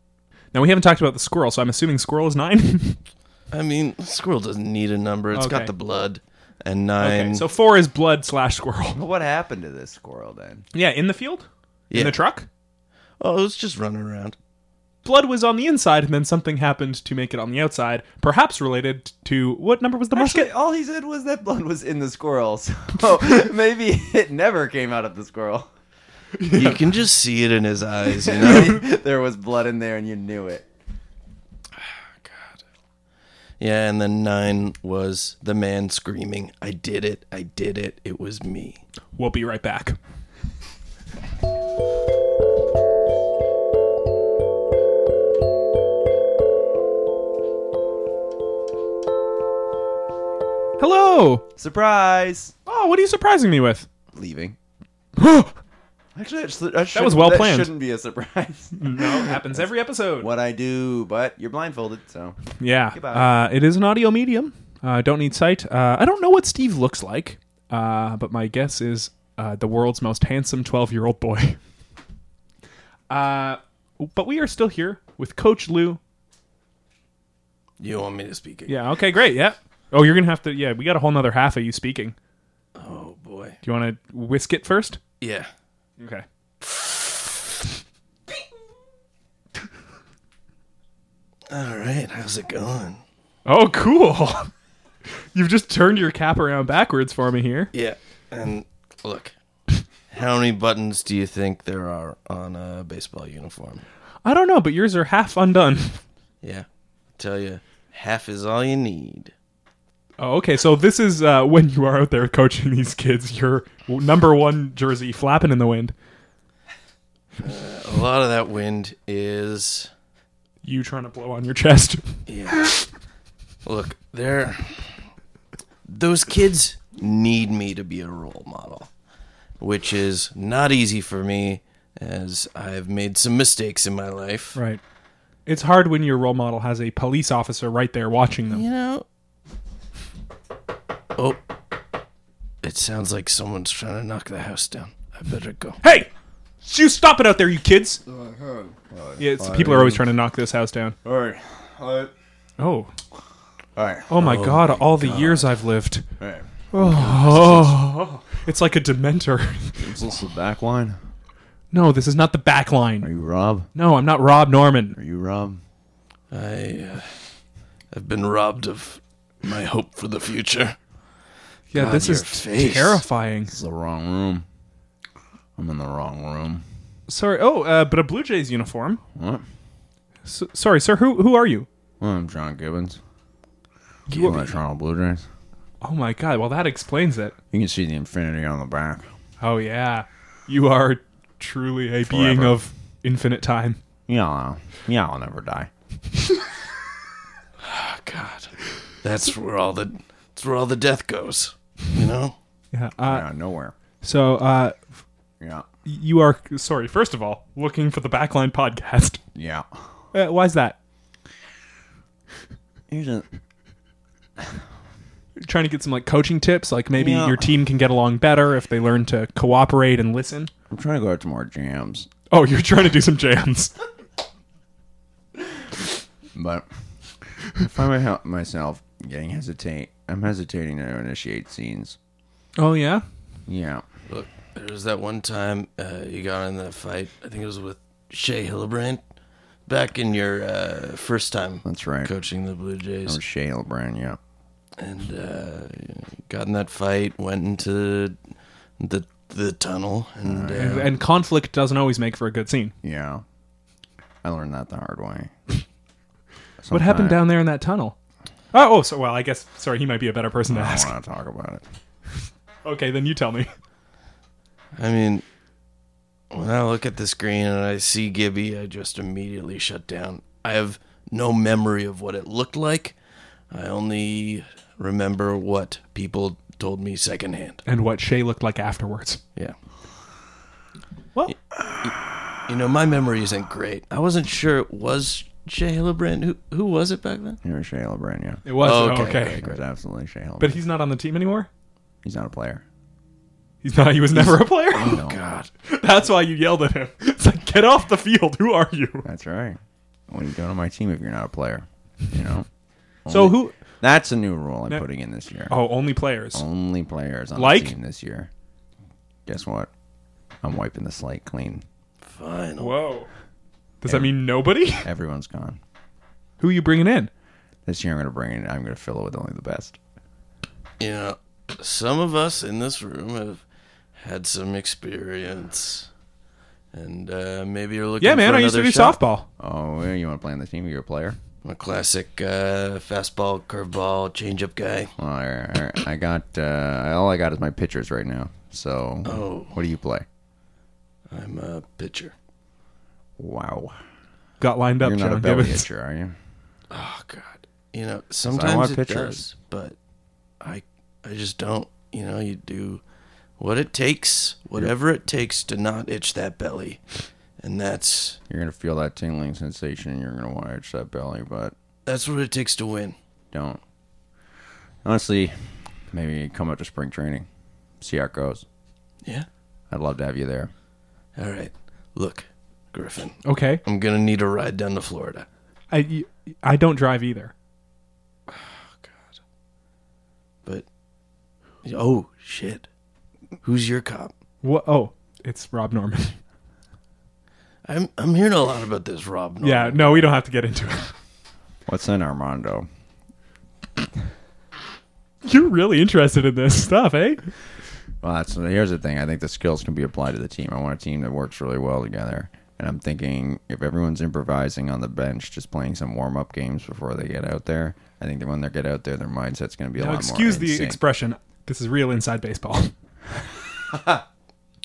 A: Now we haven't talked about the squirrel, so I'm assuming squirrel is nine. <laughs>
D: I mean, the squirrel doesn't need a number. It's
A: Okay.
D: got the blood and nine.
A: okay, so four is blood slash squirrel.
B: But What happened to this squirrel then?
A: Yeah, in the field,
D: Yeah.
A: in the truck.
D: oh, it was just running
A: <laughs>
D: around.
A: Blood was on the inside, and then something happened to make it on the outside. Perhaps related to what number was the musket?
B: Actually, all he said was that blood was in the squirrel, <laughs> so maybe it never came out of the squirrel.
D: You can just see it in his eyes. You know?
B: <laughs> there was blood in there, and you knew it.
D: yeah, and then nine was the man screaming, "I did it! I did it! It was me."
A: We'll be right back. Hello.
B: Surprise!
A: Oh, what are you surprising me with? <gasps>
B: Leaving. Actually, that, sh- that, shouldn't-
A: was well
B: that
A: planned.
B: Shouldn't be a <laughs> surprise.
A: No, happens every episode.
B: what I do, but you're blindfolded, so
A: Yeah.
B: Goodbye.
A: Uh, it is an audio medium. I uh, don't need sight. Uh, I don't know what Steve looks like, uh, but my guess is uh, the world's most handsome 12 year old boy. <laughs> uh, but we are still here with Coach Lou.
D: You want me to speak? Again?
A: Yeah. Okay. Great. Yeah. Oh, you're gonna have to. Yeah, we got a whole nother half of you speaking.
D: Oh boy.
A: Do you want to whisk it first?
D: Yeah.
A: Okay.
D: All right. How's it going?
A: Oh, cool. <laughs> You've just turned your cap around backwards for me here.
D: Yeah, and look, how many buttons do you think there are on a baseball uniform?
A: I don't know, but yours are half undone. <laughs>
D: Yeah, tell you, half is all you need.
A: Oh, okay. So this is uh, when you are out there coaching these kids, your number one jersey flapping in the wind.
D: A lot of that wind is.
A: You trying to blow on your chest. <laughs>
D: Yeah. Look, they're. Those kids need me to be a role model, which is not easy for me as I've made some mistakes in my life.
A: Right. It's hard when your role model has a police officer right there watching them.
D: You know. Oh. It sounds like someone's trying to knock the house down. I better go.
A: Hey! You stop it out there, you kids! Yeah, it's, people are always trying to knock this house down.
B: All right. All right.
A: Oh.
B: All right.
A: Oh my god, all the years I've lived.
B: All right.
A: Oh. It's like a dementor. <laughs>
B: Is this the back line?
A: No, this is not the back
B: Are
A: line.
B: you Rob?
A: No, I'm not Rob Norman.
B: Are you Rob?
D: I uh, I've been robbed of my hope for the future.
A: Yeah, this
D: your
A: is
D: face.
A: terrifying.
B: This is the wrong room. I'm in the wrong room.
A: Sorry. Oh, uh, but a Blue Jays uniform.
B: What?
A: S sorry, sir. Who who are you?
B: Well, I'm John Gibbons. You are Toronto Blue Jays.
A: Oh my god. Well, that explains it.
B: You can see the infinity on the back.
A: Oh yeah. You are truly a being
B: Forever.
A: of infinite time.
B: Yeah, yeah, I'll never die.
D: Oh God, that's where all the that's where all the death goes. You know.
A: Yeah. Uh,
B: Yeah, nowhere.
A: so uh,
B: Yeah,
A: you are sorry. First of all, looking for the Backline podcast.
B: yeah.
A: Uh, why's that?
B: Here's a
A: Trying to get some like coaching tips, like maybe
B: Yeah.
A: your team can get along better if they learn to cooperate and listen.
B: I'm trying to go out to more jams,
A: Oh, you're trying to do some jams.
B: but I find my, hel- myself getting hesitate. I'm hesitating to initiate scenes.
A: Oh yeah.
B: Yeah,
D: Look, there was that one time uh, you got in that fight. I think it was with Shea Hillebrand back in your uh, first time
B: that's right.
D: coaching the Blue Jays,
B: Or Shale Brown. Yeah,
D: and uh, got in that fight, went into the the tunnel, and uh,
A: And, and conflict doesn't always make for a good scene.
B: yeah. I learned that the hard way.
A: What happened
B: Sometime-
A: down there in that tunnel? Oh, oh, so well, I guess. Sorry, he might be a better person to
B: I
A: ask.
B: don't want to talk about it.
A: Okay, then you tell me.
D: uh, I mean, when I look at the screen and I see Gibby, I just immediately shut down. I have no memory of what it looked like. I only remember what people told me secondhand.
A: <laughs> And what Shay looked like afterwards.
D: Yeah.
A: Well,
D: You know, my memory isn't great. I wasn't sure it was Shea Hillebrand. Who, who was it back then?
B: You were Shale Brown. Yeah,
A: it was oh, okay,
D: Okay,
B: it was absolutely Shale.
A: but he's not on the team anymore.
B: he's not a player.
A: He's not. He was never a player. Oh,
B: No.
D: God.
A: <laughs> That's why you yelled at him. <laughs> It's like, get off the field. Who are you?
B: That's right. When you go to my team, if you're not a player,
A: <laughs>
B: you know.
A: So who?
B: That's a new rule I'm
A: No.
B: putting in this year.
A: Oh, only players.
B: Only players on
A: Like?
B: the team this year. Guess what? I'm wiping the slate clean.
D: Final.
A: Whoa. Does that mean nobody? <laughs>
B: Everyone's gone.
A: Who are you bringing in?
B: This year I'm gonna bring it. I'm gonna fill it with only the best.
D: You know, some of us in this room have had some experience. And uh, maybe you're looking
A: Yeah, man.
D: for
A: I used to do
D: another shot.
A: softball.
B: Oh, yeah, you want to play on the team? You're a player.
D: I'm a classic uh, fastball, curveball, changeup guy.
B: All right, all right. I got uh, all I got is my pitchers right now. So,
D: Oh.
B: what do you play?
D: I'm a pitcher.
B: Wow,
A: Got lined up.
B: you're not
A: John <laughs>
B: a belly
A: Gibbons.
B: pitcher, are you?
D: Oh God. You know,
B: I
D: sometimes
B: want
D: it
B: pitchers.
D: does, but I I just don't. You know, you do what it takes, whatever it takes to not itch that belly, and that's
B: You're gonna feel that tingling sensation. and You're gonna want to itch that belly, but
D: that's what it takes to win.
B: don't. Honestly, maybe come up to spring training, see how it goes.
D: Yeah.
B: I'd love to have you there.
D: All right. Look, Griffin,
A: Okay.
D: I'm gonna need a ride down to Florida.
A: I y- I don't drive either.
D: But oh shit, who's your cop?
A: What? Oh, it's Rob Norman. <laughs>
D: I'm I'm hearing a lot about this, Rob.
B: Oh,
D: Norman.
A: Yeah. No, we don't have to get into it. <laughs>
B: What's in Armando?
A: You're really interested in this <laughs> stuff, eh?
B: Well, that's here's the thing. I think the skills can be applied to the team. I want a team that works really well together. And I'm thinking if everyone's improvising on the bench, just playing some warm up games before they get out there, I think that when they get out there, their mindset's going to be a
A: Now,
B: lot
A: excuse
B: more.
A: the
B: in sync.
A: expression. This is real inside
B: <laughs>
A: baseball.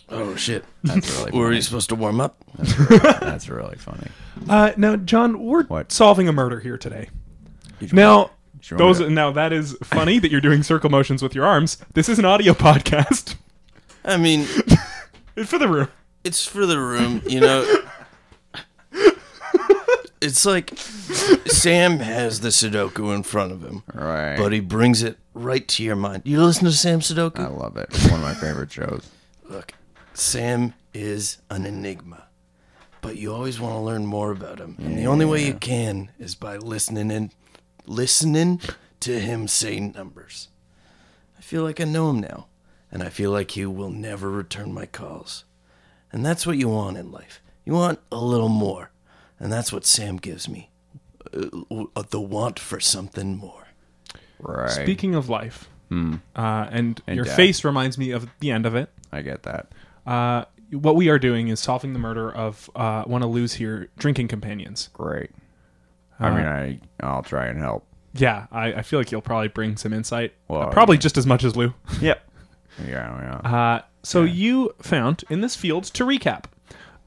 D: Oh shit.
B: That's really
D: Were
B: funny.
D: you supposed to warm up?
B: that's really funny.
A: Uh, now, John, we're
B: What?
A: solving a murder here today.
B: You should-
A: Now,
B: you should want
A: those
B: me to-
A: now that is funny that you're doing circle <laughs> motions with your arms. This is an audio podcast.
D: I mean,
A: It's for the room.
D: it's for the room,
B: <laughs>
D: you know. it's like Sam has the Sudoku in front of him,
B: Right.
D: But he brings it right to your mind. You listen to Sam Sudoku.
B: I love it. It's one of my favorite shows.
D: Look, Sam is an enigma, but you always want to learn more about him. And the only way you can is by listening and listening to him say numbers. I feel like I know him now, and I feel like he will never return my calls. And that's what you want in life. You want a little more. And that's what Sam gives me. Uh, w- uh, the want for something more.
B: Right.
A: Speaking of life, uh, and, your
B: death.
A: face reminds me of the end of it.
B: I get that.
A: Uh, what we are doing is solving the murder of uh, one of Lou's here drinking companions.
B: Great.
A: Uh,
B: I mean, I I'll try and help.
A: Yeah, I, I feel like you'll probably bring some insight.
B: Well,
A: Uh, probably just as much as Lou.
B: Yep. Yeah. Yeah.
A: Uh, so you found in this field, to recap,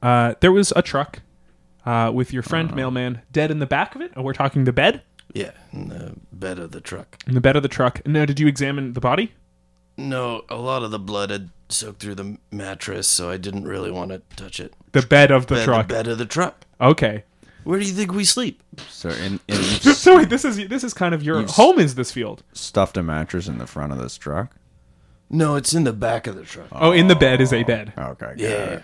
A: uh, there was a truck uh, with your friend mailman dead in the back of it. Oh, we're talking the bed.
D: Yeah, in the bed of the truck.
A: In the bed of the truck. Now, did you examine the body?
D: No, a lot of the blood had soaked through the mattress, so I didn't really want to touch it.
A: The bed of the
D: Bed-
A: truck.
D: The bed of the truck.
A: Okay.
D: Where do you think we sleep?
B: so in,
A: <laughs>
B: in
A: So wait, this is this is kind of your home is this field.
B: stuffed a mattress in the front of this truck.
D: No, it's in the back of the truck.
A: Oh, in the bed is a bed.
B: Okay. got
D: yeah.
B: it.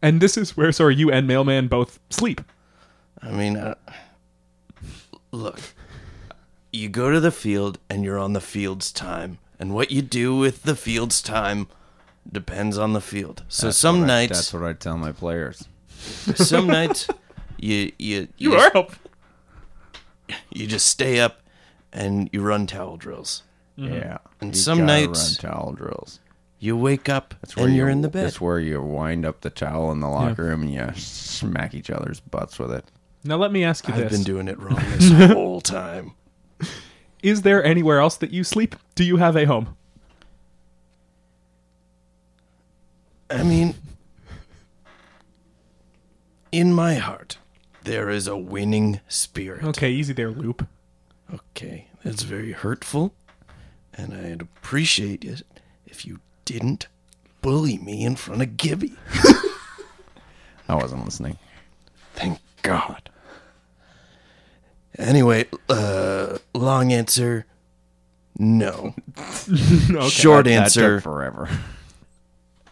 A: And this is where sorry, you and mailman both sleep.
D: I mean, I, look, you go to the field and you're on the field's time, and what you do with the field's time depends on the field. So some
B: Right,
D: nights,
B: That's what I tell my players. <laughs>
D: some nights, you you
A: You
D: just-
A: are helpful.
D: you just stay up and you run towel drills.
B: Yeah.
D: Mm-hmm. And
B: You
D: some
B: gotta
D: nights-
B: run towel drills.
D: You wake up
B: That's where
D: and you're
B: you-
D: in the bed.
B: That's where you wind up the towel in the locker room and you smack each other's butts with it.
A: Now let me ask you
D: I've
A: this:
D: been doing it wrong this
A: <laughs>
D: whole time.
A: Is there anywhere else that you sleep? Do you have a home?
D: I mean, in my heart, there is a winning spirit.
A: Okay, easy there, Loop.
D: Okay, that's very hurtful, and I'd appreciate it if you didn't bully me in front of Gibby.
B: I wasn't listening.
D: Thank God. Anyway, uh, long answer, no.
A: <laughs> Okay.
D: Short
B: That
D: answer,
B: took forever. <laughs>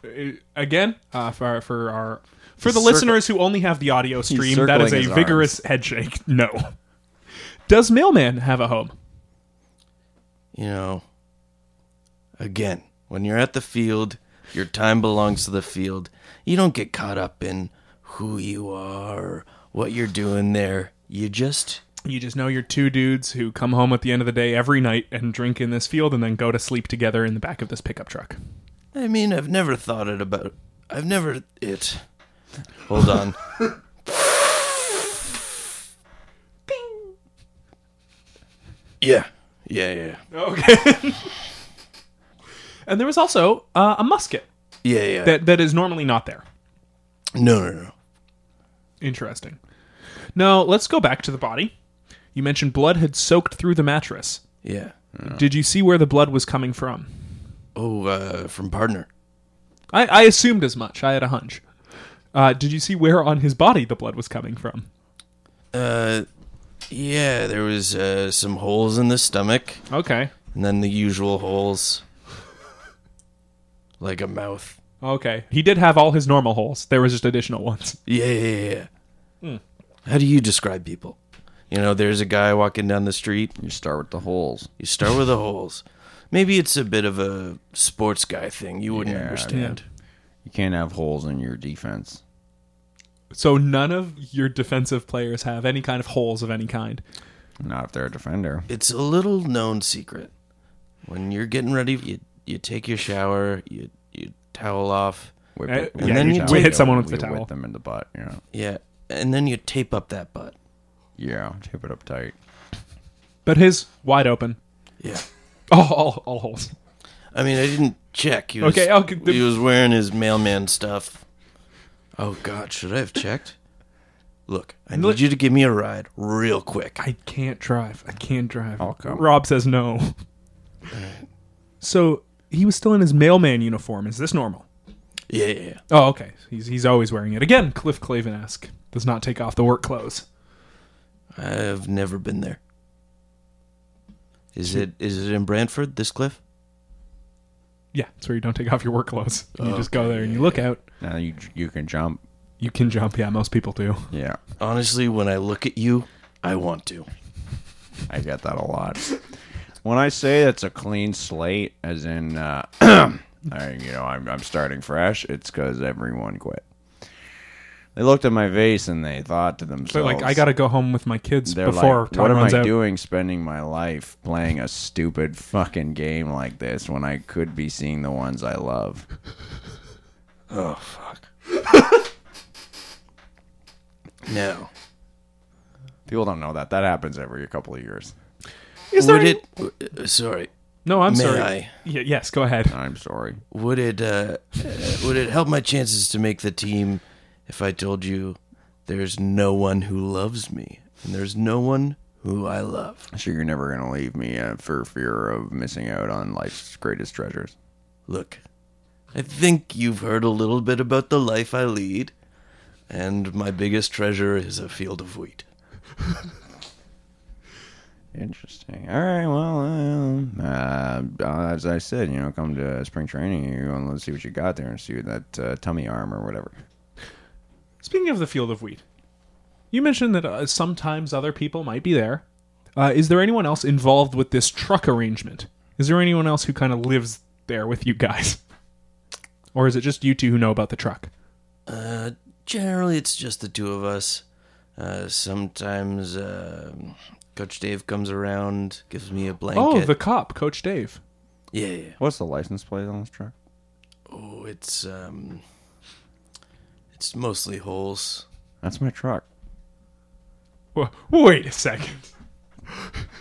A: Uh, again uh, for for our for the
B: circle-
A: listeners who only have the audio stream. That is
B: circling his
A: a
B: arms.
A: vigorous head shake. No. Does mailman have a home?
D: you know, again, when you're at the field, your time belongs to the field. You don't get caught up in who you are or what you're doing there. You just
A: You just know you're two dudes who come home at the end of the day every night and drink in this field and then go to sleep together in the back of this pickup truck.
D: I mean, I've never thought it about. I've never it. Hold on. yeah, yeah, yeah,
A: Okay. and there was also uh, a musket
D: yeah, yeah.
A: that, that is normally not there.
D: no, no, no.
A: Interesting. Now, let's go back to the body. You mentioned blood had soaked through the mattress.
D: Yeah.
A: Did you see where the blood was coming from?
D: Oh, uh, from partner.
A: I, I assumed as much. I had a hunch. Uh, did you see where on his body the blood was coming from?
D: Uh, yeah. There was uh, some holes in the stomach,
A: Okay.
D: and then the usual holes, like a mouth.
A: Okay. He did have all his normal holes. There was just additional ones.
D: Yeah, yeah, yeah.
B: Hmm.
D: How do you describe people? You know, there's a guy walking down the street.
B: You start with the holes.
D: You start with the holes. Maybe it's a bit of a sports guy thing. You wouldn't
B: Yeah,
D: understand.
B: You can't have holes in your defense.
A: So none of your defensive players have any kind of holes of any kind.
B: Not if they're a defender.
D: It's a little known secret. When you're getting ready, you you take your shower, you you towel off,
B: Whip
A: Uh,
B: it-
A: yeah,
B: whip
D: you
B: the
D: hit
B: towel.
D: hit
A: someone with the
B: You
A: towel.
B: Whip them in the butt. You know.
D: yeah, and then you tape up that butt.
B: Yeah. Tape it up tight.
A: But his wide open.
D: Yeah.
A: Oh, all, all holes.
D: I mean, I didn't check. He was,
A: Okay, okay, the-
D: he was wearing his mailman stuff. Oh God, should I have checked? Look, I need
A: Look-
D: you to give me a ride real quick.
A: I can't drive. I can't drive.
B: I'll come.
A: Rob says no. so he was still in his mailman uniform. Is this normal?
D: Yeah, yeah, yeah.
A: Oh, okay. He's he's always wearing it. Again, Cliff Clavin esque. Does not take off the work clothes.
D: I've never been there. Is it is it in Brantford? This cliff?
A: Yeah, it's where you don't take off your work clothes. You just go there and you look out.
B: Now you you can jump.
A: You can jump. Yeah, most people do.
B: Yeah,
D: Honestly, when I look at you, I want to.
B: I get that a lot. When I say it's a clean slate, as in, uh, <clears throat> I, you know, I'm, I'm starting fresh, it's because everyone quit. They looked at my vase and they thought to themselves,
A: So like, I got to go home with my kids
B: They're
A: before
B: like,
A: time
B: what am
A: runs
B: I
A: out.
B: doing spending my life playing a stupid fucking game like this when I could be seeing the ones I love?
D: Oh fuck. no.
B: People don't know that. That happens every couple of years.
A: Is there
D: Would
A: any-
D: it? uh, Sorry.
A: No, I'm
D: May
A: sorry.
D: I?
A: Y- yes, go ahead.
B: I'm sorry.
D: Would it? Uh, uh, would it help my chances to make the team if I told you there's no one who loves me and there's no one who I love?
B: Sure, you're never gonna leave me uh, for fear of missing out on life's greatest treasures.
D: Look, I think you've heard a little bit about the life I lead, and my biggest treasure is a field of wheat.
B: Interesting. All right. Well, um, uh, uh, as I said, you know, come to spring training, you and let's see what you got there and see that uh, tummy arm or whatever.
A: Speaking of the field of wheat, you mentioned that uh, sometimes other people might be there. Uh, is there anyone else involved with this truck arrangement? Is there anyone else who kind of lives there with you guys? <laughs> Or is it just you two who know about the truck?
D: Uh, generally, it's just the two of us. Uh, sometimes uh, Coach Dave comes around, gives me a blanket.
A: Oh, the cop, Coach Dave.
D: yeah, yeah.
B: What's the license plate on this truck?
D: Oh, it's um, it's mostly holes.
B: That's my truck.
A: Wha- Wait a second.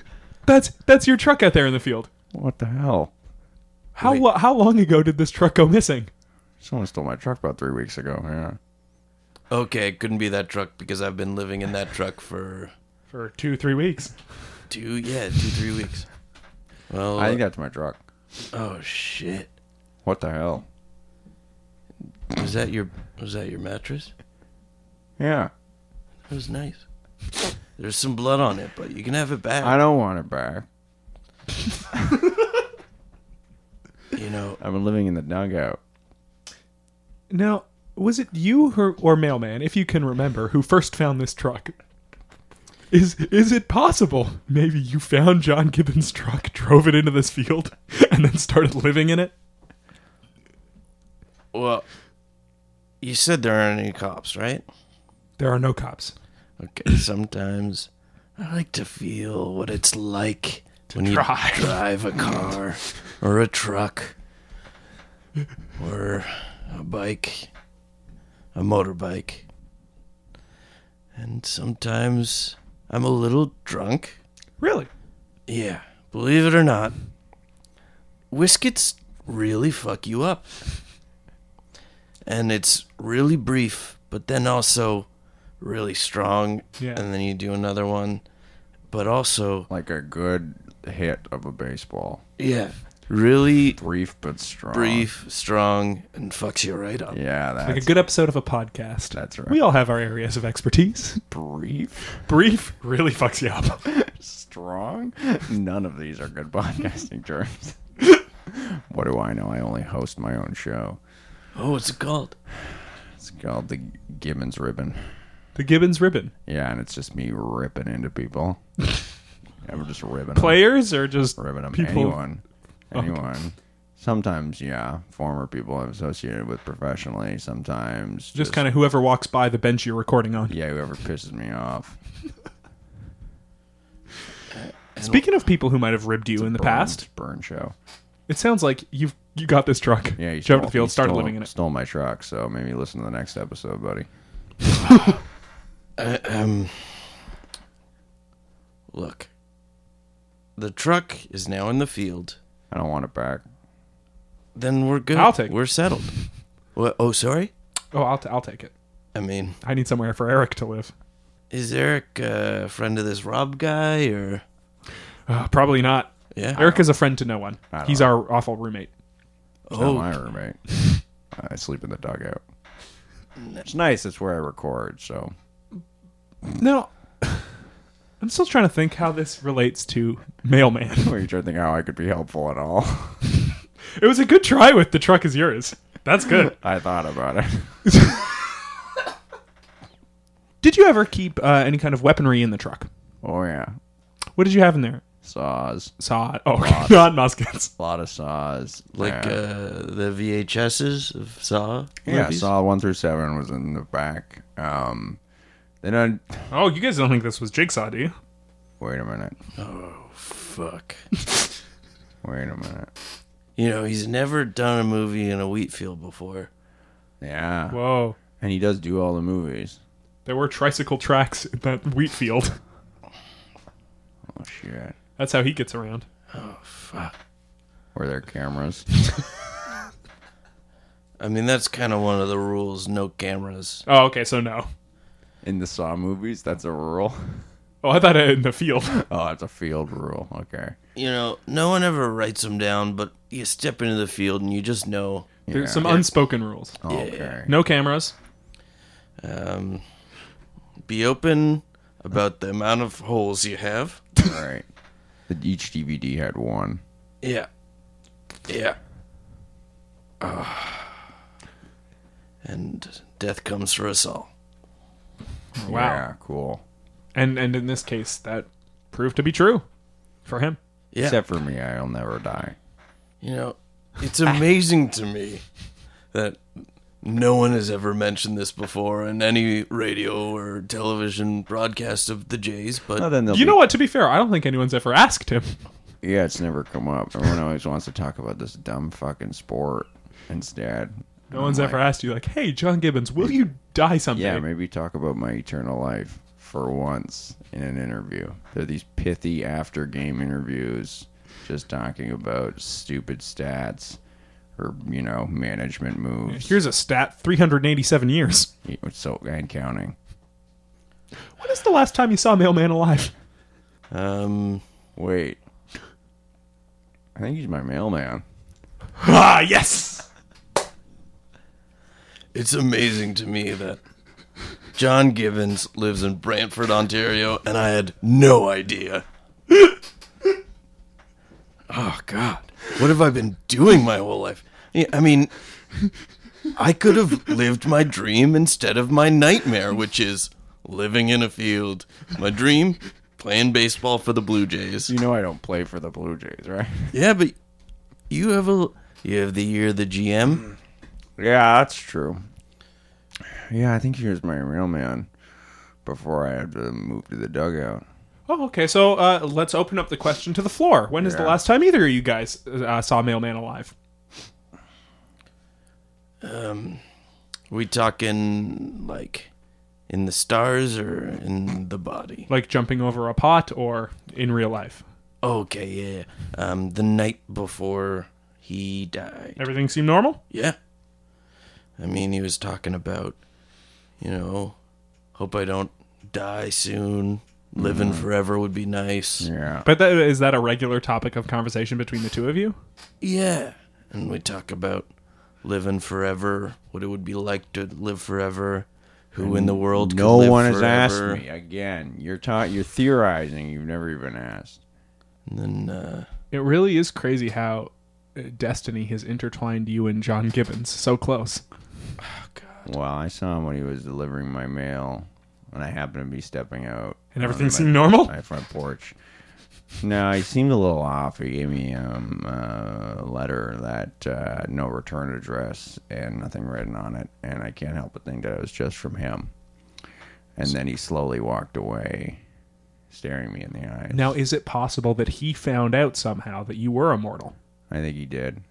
A: <laughs> That's that's your truck out there in the field.
B: What the hell?
A: How lo- how long ago did this truck go missing?
B: Someone stole my truck about three weeks ago. Yeah.
D: Okay, it couldn't be that truck because I've been living in that truck for
A: For two three weeks.
D: two, yeah, two three weeks. Well, uh,
B: I think that's my truck.
D: oh shit,
B: What the hell?
D: was that your was that your mattress?
B: Yeah.
D: It was nice. There's some blood on it, but you can have it back.
B: I don't want it back.
D: you know,
B: I've been living in the dugout.
A: Now, was it you or, or mailman, if you can remember, who first found this truck? Is is it possible maybe you found John Gibbons' truck, drove it into this field, <laughs> and then started living in it?
D: Well, you said there aren't any cops, right?
A: There are no cops.
D: Okay. Sometimes I like to feel what it's like when
A: drive.
D: you drive a car or a truck or a bike, a motorbike. And sometimes I'm a little drunk.
A: Really?
D: Yeah, believe it or not, whiskets really fuck you up. And it's really brief, but then also really strong.
A: Yeah.
D: And then you do another one, but also,
B: Like a good hit of a baseball.
D: yeah, really
B: Brief but strong.
D: brief, strong, and fucks you right up.
B: Yeah, that's
A: Like a good episode of a podcast.
B: That's right.
A: We all have our areas of expertise.
B: brief.
A: Brief really fucks you <laughs> up.
B: Strong? None of these are good <laughs> podcasting terms. what do I know? I only host my own show.
D: Oh, what's it called?
B: It's called the Gibbons Ribbon.
A: The Gibbons ribbon.
B: Yeah, and it's just me ripping into people. <laughs> I'm just ripping 'em.
A: Players or just
B: ribbon them.
A: people?
B: Anyone, anyone. Sometimes, yeah, former people I'm associated with professionally. Sometimes, just,
A: Just kind of whoever walks by the bench you're recording on.
B: yeah, whoever pisses me off.
A: Speaking of people who might have ribbed you in the
B: Burn-
A: past,
B: burn show.
A: It sounds like you've you got this truck.
B: Yeah,
A: drove it to
B: you stole-
A: the field,
B: you
A: started
B: stole-
A: living in it.
B: Stole my truck, so maybe listen to the next episode, buddy.
D: Um, look, the truck is now in the field.
B: I don't want it back.
D: Then we're good.
A: I'll take it.
D: We're settled. what? Oh, sorry?
A: Oh, I'll, t- I'll take it.
D: I mean,
A: I need somewhere for Eric to live.
D: Is Eric uh, a friend of this Rob guy or?
A: Uh, probably not.
D: Yeah.
A: Eric is a friend to no one.
B: don't
A: He's
B: know.
A: our awful roommate.
B: It's not
D: Oh,
B: my roommate. I sleep in the dugout. It's nice. It's where I record. So
A: No. <laughs> I'm still trying to think how this relates to mailman. <laughs>
B: Well, you're trying to think how I could be helpful at all. <laughs>
A: It was a good try with the truck is yours. That's
B: <laughs>
A: good.
B: I thought about it.
A: Did you ever keep uh, any kind of weaponry in the truck?
B: Oh yeah,
A: What did you have in there?
B: saws.
A: Saw. Oh, <laughs> not muskets.
B: A lot of saws.
D: Like
B: yeah,
D: uh, the VHSs of Saw.
B: yeah
D: movies?
B: saw one through seven was in the back. Um, then I
A: Oh, you guys don't think this was jigsaw, do you?
B: wait a minute.
D: Fuck.
B: Wait a minute.
D: You know, he's never done a movie in a wheat field before.
B: Yeah,
A: Whoa.
B: and he does do all the movies.
A: There were tricycle tracks in that wheat field.
B: Oh shit.
A: That's how he gets around.
B: Were there cameras?
D: I mean, that's kind of one of the rules: no cameras.
A: Oh, okay, so no.
B: in the Saw movies, that's a rule. <laughs>
A: Oh, I thought it in the field.
B: Oh, that's a field rule. Okay.
D: You know, no one ever writes them down, but you step into the field and you just know.
A: There's
B: Yeah. Oh,
A: some unspoken rules.
B: Okay.
A: No cameras.
D: Um, be open about the amount of holes you have.
B: All right. The, each DVD had one.
D: Yeah. Yeah. And death comes for us all.
A: Wow.
B: Yeah, cool.
A: And and in this case, that proved to be true for him.
D: Yeah.
B: Except for me, I'll never die.
D: you know, <laughs> it's amazing to me that no one has ever mentioned this before in any radio or television broadcast of the Jays, but
B: Well, then they'll
A: You
B: be-
A: know what? To be fair, I don't think anyone's ever asked him.
B: Yeah, it's never come up. Everyone always wants to talk about this dumb fucking sport instead.
A: No one's ever asked you, like, "Hey, John Gibbons, will you die someday?"
B: Yeah, maybe talk about my eternal life for once in an interview. They're these pithy after game interviews, just talking about stupid stats or you know management moves.
A: Here's a stat: 387 years. <laughs>
B: so and counting.
A: When is the last time you saw Mailman
B: <laughs>
A: alive?
D: um
B: Wait. I think he's my mailman.
A: Ah, yes.
D: it's amazing to me that John Gibbons lives in Brantford, Ontario, and I had no idea. oh god. What have I been doing my whole life? Yeah, I mean, I could have lived my dream instead of my nightmare, which is living in a field. My dream, playing baseball for the Blue Jays.
B: You know I don't play for the Blue Jays, right?
D: Yeah, but you have a you have the year of the GM.
B: Yeah, that's true. Yeah, I think he was my mailman before I had to move to the dugout.
A: Oh, okay. So uh, let's open up the question to the floor. When is the
B: Yeah.
A: last time either of you guys uh, saw Mailman alive?
D: We talking like in the stars or in the body?
A: Like jumping over a pot or in real life?
D: Okay, yeah. Um, the night before he died.
A: Everything seemed normal.
D: Yeah. I mean, he was talking about, you know, hope I don't die soon. Living forever would be nice.
B: Mm-hmm. Yeah.
A: But that, is that a regular topic of conversation between the two of you?
D: Yeah. And we talk about living forever, what it would be like to live forever, who in the world
B: no
D: could live
B: one has
D: forever.
B: asked me again. You're taught. You're theorizing. You've never even asked.
D: And then, uh,
A: It really is crazy how uh, destiny has intertwined you and John Gibbons so close.
B: Well, I saw him when he was delivering my mail, and I happened to be stepping out.
A: And
B: on
A: everything
B: my-
A: seemed normal?
B: My front porch. No, he seemed a little off. He gave me um, a letter that uh, no return address and nothing written on it, and I can't help but think that it was just from him. And then he slowly walked away, staring me in the eyes.
A: Now, is it possible that he found out somehow that you were immortal?
B: I think he did.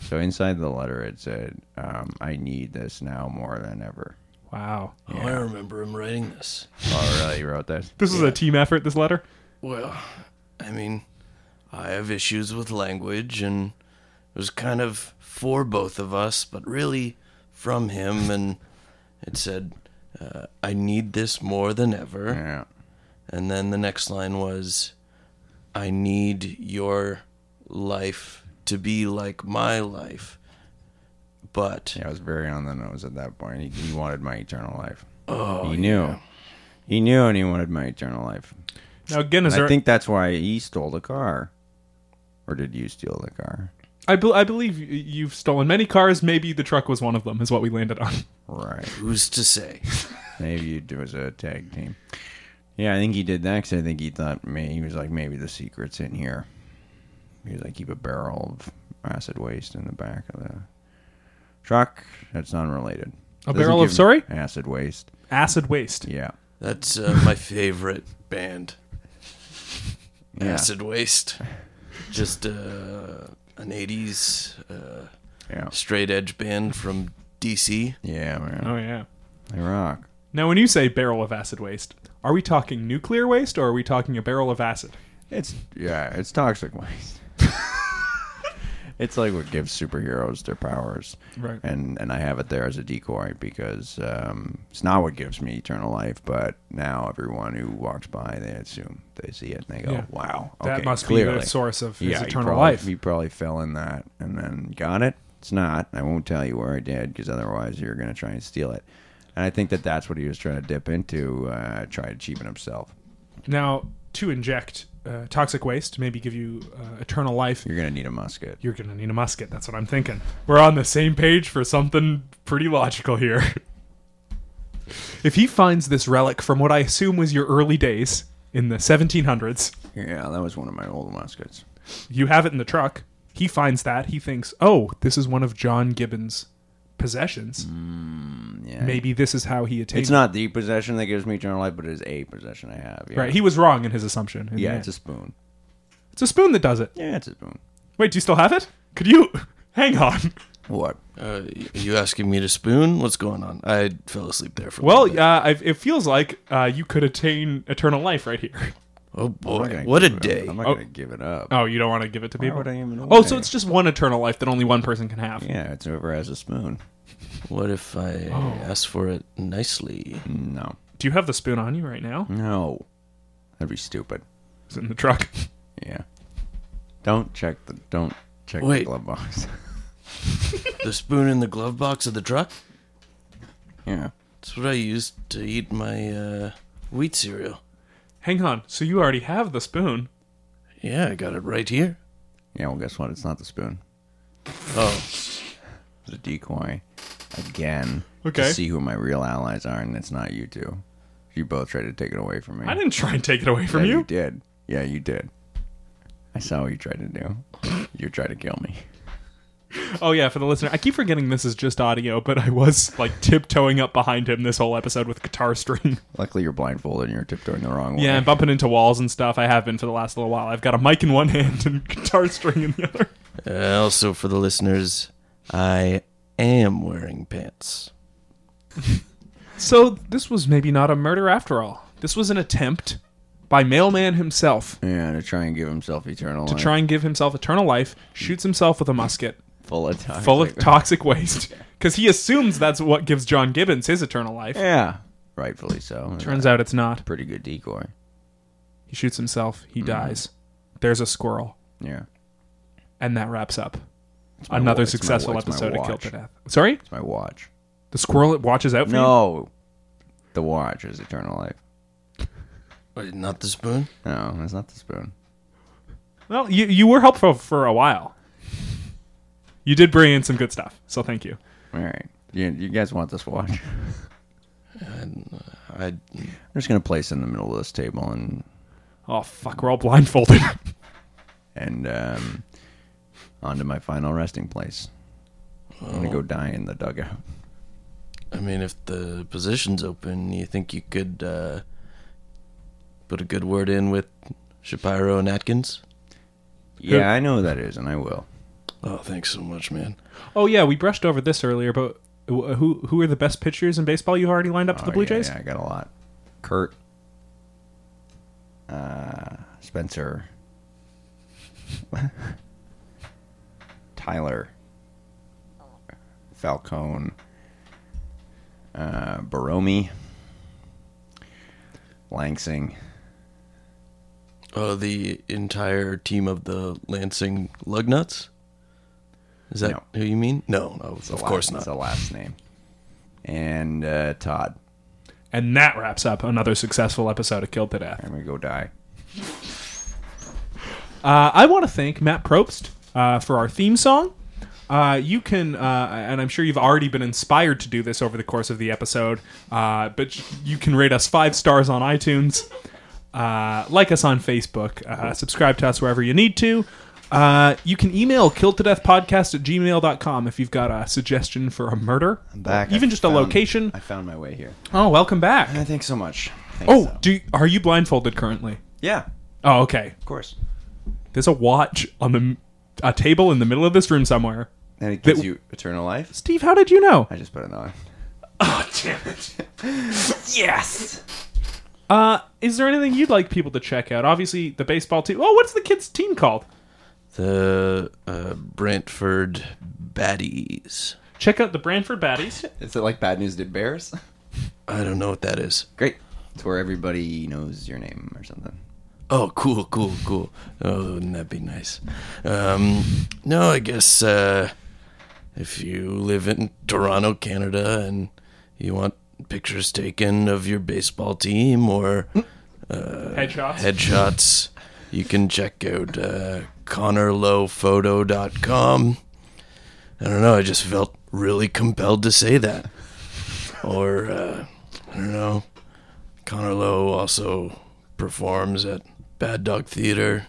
B: So inside the letter, it said, um, "I need this now more than ever."
A: Wow.
D: oh, I remember him writing this.
B: Oh, really? You wrote this?
A: This is a team effort, this letter?
D: Well, I mean, I have issues with language, and it was kind of for both of us, but really from him. And it said, uh, I need this more than ever.
B: Yeah.
D: And then the next line was, I need your life to be like my life, butt.
B: Yeah, I was very on the nose at that point. He, he wanted my eternal life. Oh, he knew. He knew, and he wanted my eternal life.
A: Now again, is
B: And
A: there?
B: I think that's why he stole the car, or did you steal the car?
A: I, bel I believe y- you've stolen many cars. Maybe the truck was one of them. Is what we landed on.
B: Right.
D: Who's to say?
B: Maybe you do as a tag team. Yeah, I think he did that because I think he thought maybe he was like maybe the secret's in here. He was like keep a barrel of acid waste in the back of the truck. That's unrelated.
A: A
B: Doesn't
A: barrel of
B: give me
A: sorry?
B: acid waste.
A: Acid waste.
B: Yeah.
D: That's uh, my favorite band.
B: Yeah.
D: Acid Waste. Just uh, an 80s uh,
B: Yeah.
D: straight edge band from DC.
B: Yeah, man.
A: Oh yeah.
B: They rock.
A: Now, when you say barrel of acid waste, are we talking nuclear waste or are we talking a barrel of acid?
B: It's yeah, it's toxic
A: <laughs>
B: waste. it's like what gives superheroes their powers,
A: Right.
B: And and I have it there as a decoy because um, it's not what gives me eternal life, but now everyone who walks by, they assume they see it and they go,
A: Yeah.
B: "Wow, okay,
A: That must
B: clearly.
A: be the source of his
B: yeah,
A: eternal
B: he probably,
A: life.
B: He probably fell in that and then got it. It's not. I won't tell you where I did because otherwise you're gonna try and steal it. And I think that that's what he was trying to dip into, uh, try to cheapen himself.
A: Now, to inject uh, toxic waste, to maybe give you uh, eternal life,
B: You're gonna need a musket.
A: you're going to need a musket. That's what I'm thinking. We're on the same page for something pretty logical here. <laughs> if he finds this relic from what I assume was your early days in the 1700s,
B: Yeah, that was one of my old muskets.
A: you have it in the truck. He finds that. He thinks, oh, this is one of John Gibbons' possessions.
B: Mm, Yeah.
A: Maybe this is how he attained
B: It's not the possession that gives me eternal life, but it is a possession I have. Yeah.
A: Right, he was wrong in his assumption. in the
B: yeah,
A: end.
B: it's a spoon.
A: it's a spoon that does it.
B: Yeah, it's a spoon.
A: Wait, do you still have it? Could you <laughs> hang on?
B: What?
D: Uh, y- you asking me to spoon? What's going on? I fell asleep there for a
A: Well,
D: little bit.
A: uh, i it feels like uh, you could attain eternal life right here. <laughs>
D: Oh
B: I'm not
D: boy,
B: gonna
D: what a
B: give it up.
D: day!
B: I'm not
A: Oh.
B: gonna give it up.
A: Oh, you don't want to give it to people?
B: would I even
A: oh,
B: want
A: so
B: it?
A: it's just one eternal life that only one person can have.
B: Yeah, it's over as a spoon.
D: What if I ask for it nicely?
B: No,
A: Do you have the spoon on you right now?
B: Hmm. no, that'd be stupid.
A: It's in the truck. <laughs>
B: Yeah. Don't check the don't check the
D: Wait.
B: glove box. <laughs>
D: the spoon in the glove box of the truck?
B: yeah.
D: That's what I used to eat my uh, wheat cereal.
A: Hang on. So you already have the spoon?
D: Yeah, I got it right here.
B: Yeah. Well, guess what? It's not the spoon.
D: Oh,
B: It's a decoy. Again.
A: Okay.
B: To see who my real allies are, and it's not you two. You both tried to take it away from me.
A: I didn't try and take it away from
B: yeah,
A: you.
B: You did. Yeah, you did. I saw what you tried to do. You tried to kill me.
A: Oh yeah, for the listener, I keep forgetting this is just audio, but I was like tiptoeing up behind him this whole episode with guitar string. <laughs>
B: Luckily, you're blindfolded and you're tiptoeing the wrong way.
A: Yeah, and bumping into walls and stuff. I have been for the last little while. I've got a mic in one <laughs> hand and guitar string in the other.
D: uh, also for the listeners, I am wearing pants.
A: So this was maybe not a murder after all. This was an attempt by mailman himself
B: Yeah, to try and give himself eternal
A: to try and give himself eternal life, shoots himself with a musket
B: full of toxic.
A: full of toxic waste because he assumes that's what gives John Gibbons his eternal life.
B: <laughs> Yeah, rightfully so.
A: Turns out it's not.
B: pretty good decoy.
A: He shoots himself, he
B: Mm-hmm.
A: dies. There's a squirrel,
B: Yeah, and
A: and that wraps up
B: my
A: another
B: wa- it's my
A: successful
B: wa- it's my
A: episode of Kill
B: watch.
A: to Death. Sorry?
B: my watch.
A: The squirrel that watches out for you?
B: No, the watch is eternal life.
D: Wait, not the spoon?
B: No, that's not the spoon.
A: Well, you, you were helpful for a while. You did bring in some good stuff, so thank you.
B: All right, you, you guys want this watch? <laughs> I'm
D: I
B: just gonna place it in the middle of this table and
A: Oh, fuck, we're all blindfolded. <laughs>
B: and um, onto my final resting place. I'm gonna go die in the dugout.
D: I mean, if the position's open, you think you could uh, put a good word in with Shapiro and Atkins?
B: Yeah, I know who that is, and I will.
D: Oh, thanks so much, man.
A: oh, yeah, we brushed over this earlier, but wh- who who are the best pitchers in baseball you've already lined up for the
B: Oh,
A: Blue
B: yeah,
A: Jays?
B: Yeah, I got a lot. Kurt, uh, Spencer, <laughs> Tyler, Falcone, uh, Baromi, Langsing.
D: Uh, Oh, the entire team of the Lansing Lugnuts? Is that
B: No.
D: who you mean? No, no, of
B: The
D: course
B: last-
D: not.
B: The last name. And uh, Todd.
A: And that wraps up another successful episode of Killed to Death.
B: I'm gonna go die.
A: Uh, I want to thank Matt Probst uh, for our theme song. Uh, you can, uh, and I'm sure you've already been inspired to do this over the course of the episode, uh, but you can rate us five stars on iTunes, uh, like us on Facebook, uh, subscribe to us wherever you need to. Uh, you can email killedtodeathpodcast at gmail.com if you've got a suggestion for a murder. I'm
B: back.
A: Even
B: I
A: just a
B: found-
A: location.
B: I found my way here.
A: Oh, welcome back.
B: Uh, Thanks so much. Thanks,
A: oh,
B: though.
A: do you- are you blindfolded currently?
B: yeah,
A: Oh, okay.
B: of course.
A: There's a watch on the a table in the middle of this room somewhere.
B: And it gives
A: That-
B: you eternal life.
A: Steve, how did you know?
B: I just put it on.
A: <laughs> Oh, damn it. <laughs>
B: Yes.
A: Uh, is there anything you'd like people to check out? Obviously, the baseball team. Oh, what's the kids' team called?
D: The uh, Brentford Baddies.
A: Check out the Branford Baddies. <laughs>
B: Is it like Bad News Did Bears?
D: I don't know what that is.
B: Great. It's where everybody knows your name or something.
D: Oh, cool, cool, cool. Oh, wouldn't that be nice? Um, no, I guess uh, if you live in Toronto, Canada, and you want pictures taken of your baseball team or
A: Headshots.
D: headshots, you can check out uh, ConnorLowPhoto.com. I don't know. I just felt really compelled to say that. Or, uh, I don't know. Connor Lowe also performs at Bad Dog Theater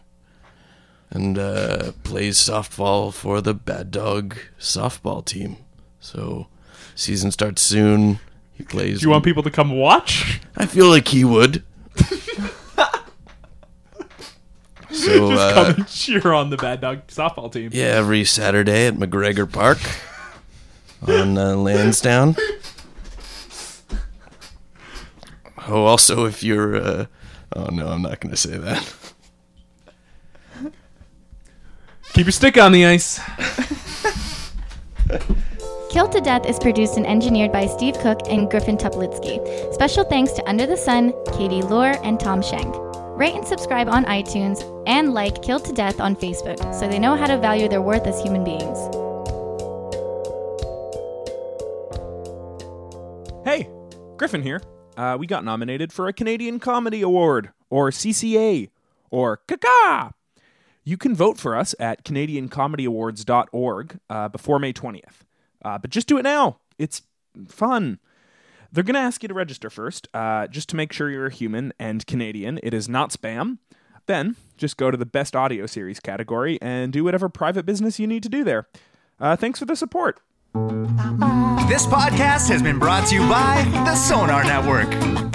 D: and uh, plays softball for the Bad Dog softball team. So, season starts soon. He plays.
A: Do you want people to come watch? <laughs>
D: I feel like he would. so
A: Just
D: uh,
A: come and cheer on the Bad Dog softball team.
D: yeah, every Saturday at McGregor Park on uh, Lansdowne. Oh, also if you're, uh, oh no, I'm not going to say that.
A: Keep your stick on the ice.
E: Killed to Death is produced and engineered by Steve Cook and Griffin Tuplitsky. Special thanks to Under the Sun, Katie Lohr, and Tom Schenk. Rate and subscribe on iTunes and like Killed to Death on Facebook so they know how to value their worth as human beings.
A: Hey, Griffin here. Uh, we got nominated for a Canadian Comedy Award, or CCA, or CACA. You can vote for us at CanadianComedyAwards.org uh, before May 20th. Uh, but just do it now. It's fun. They're going to ask you to register first, uh, just to make sure you're a human and Canadian. It is not spam. Then just go to the Best Audio Series category and do whatever private business you need to do there. Uh, thanks for the support.
F: This podcast has been brought to you by the Sonar Network.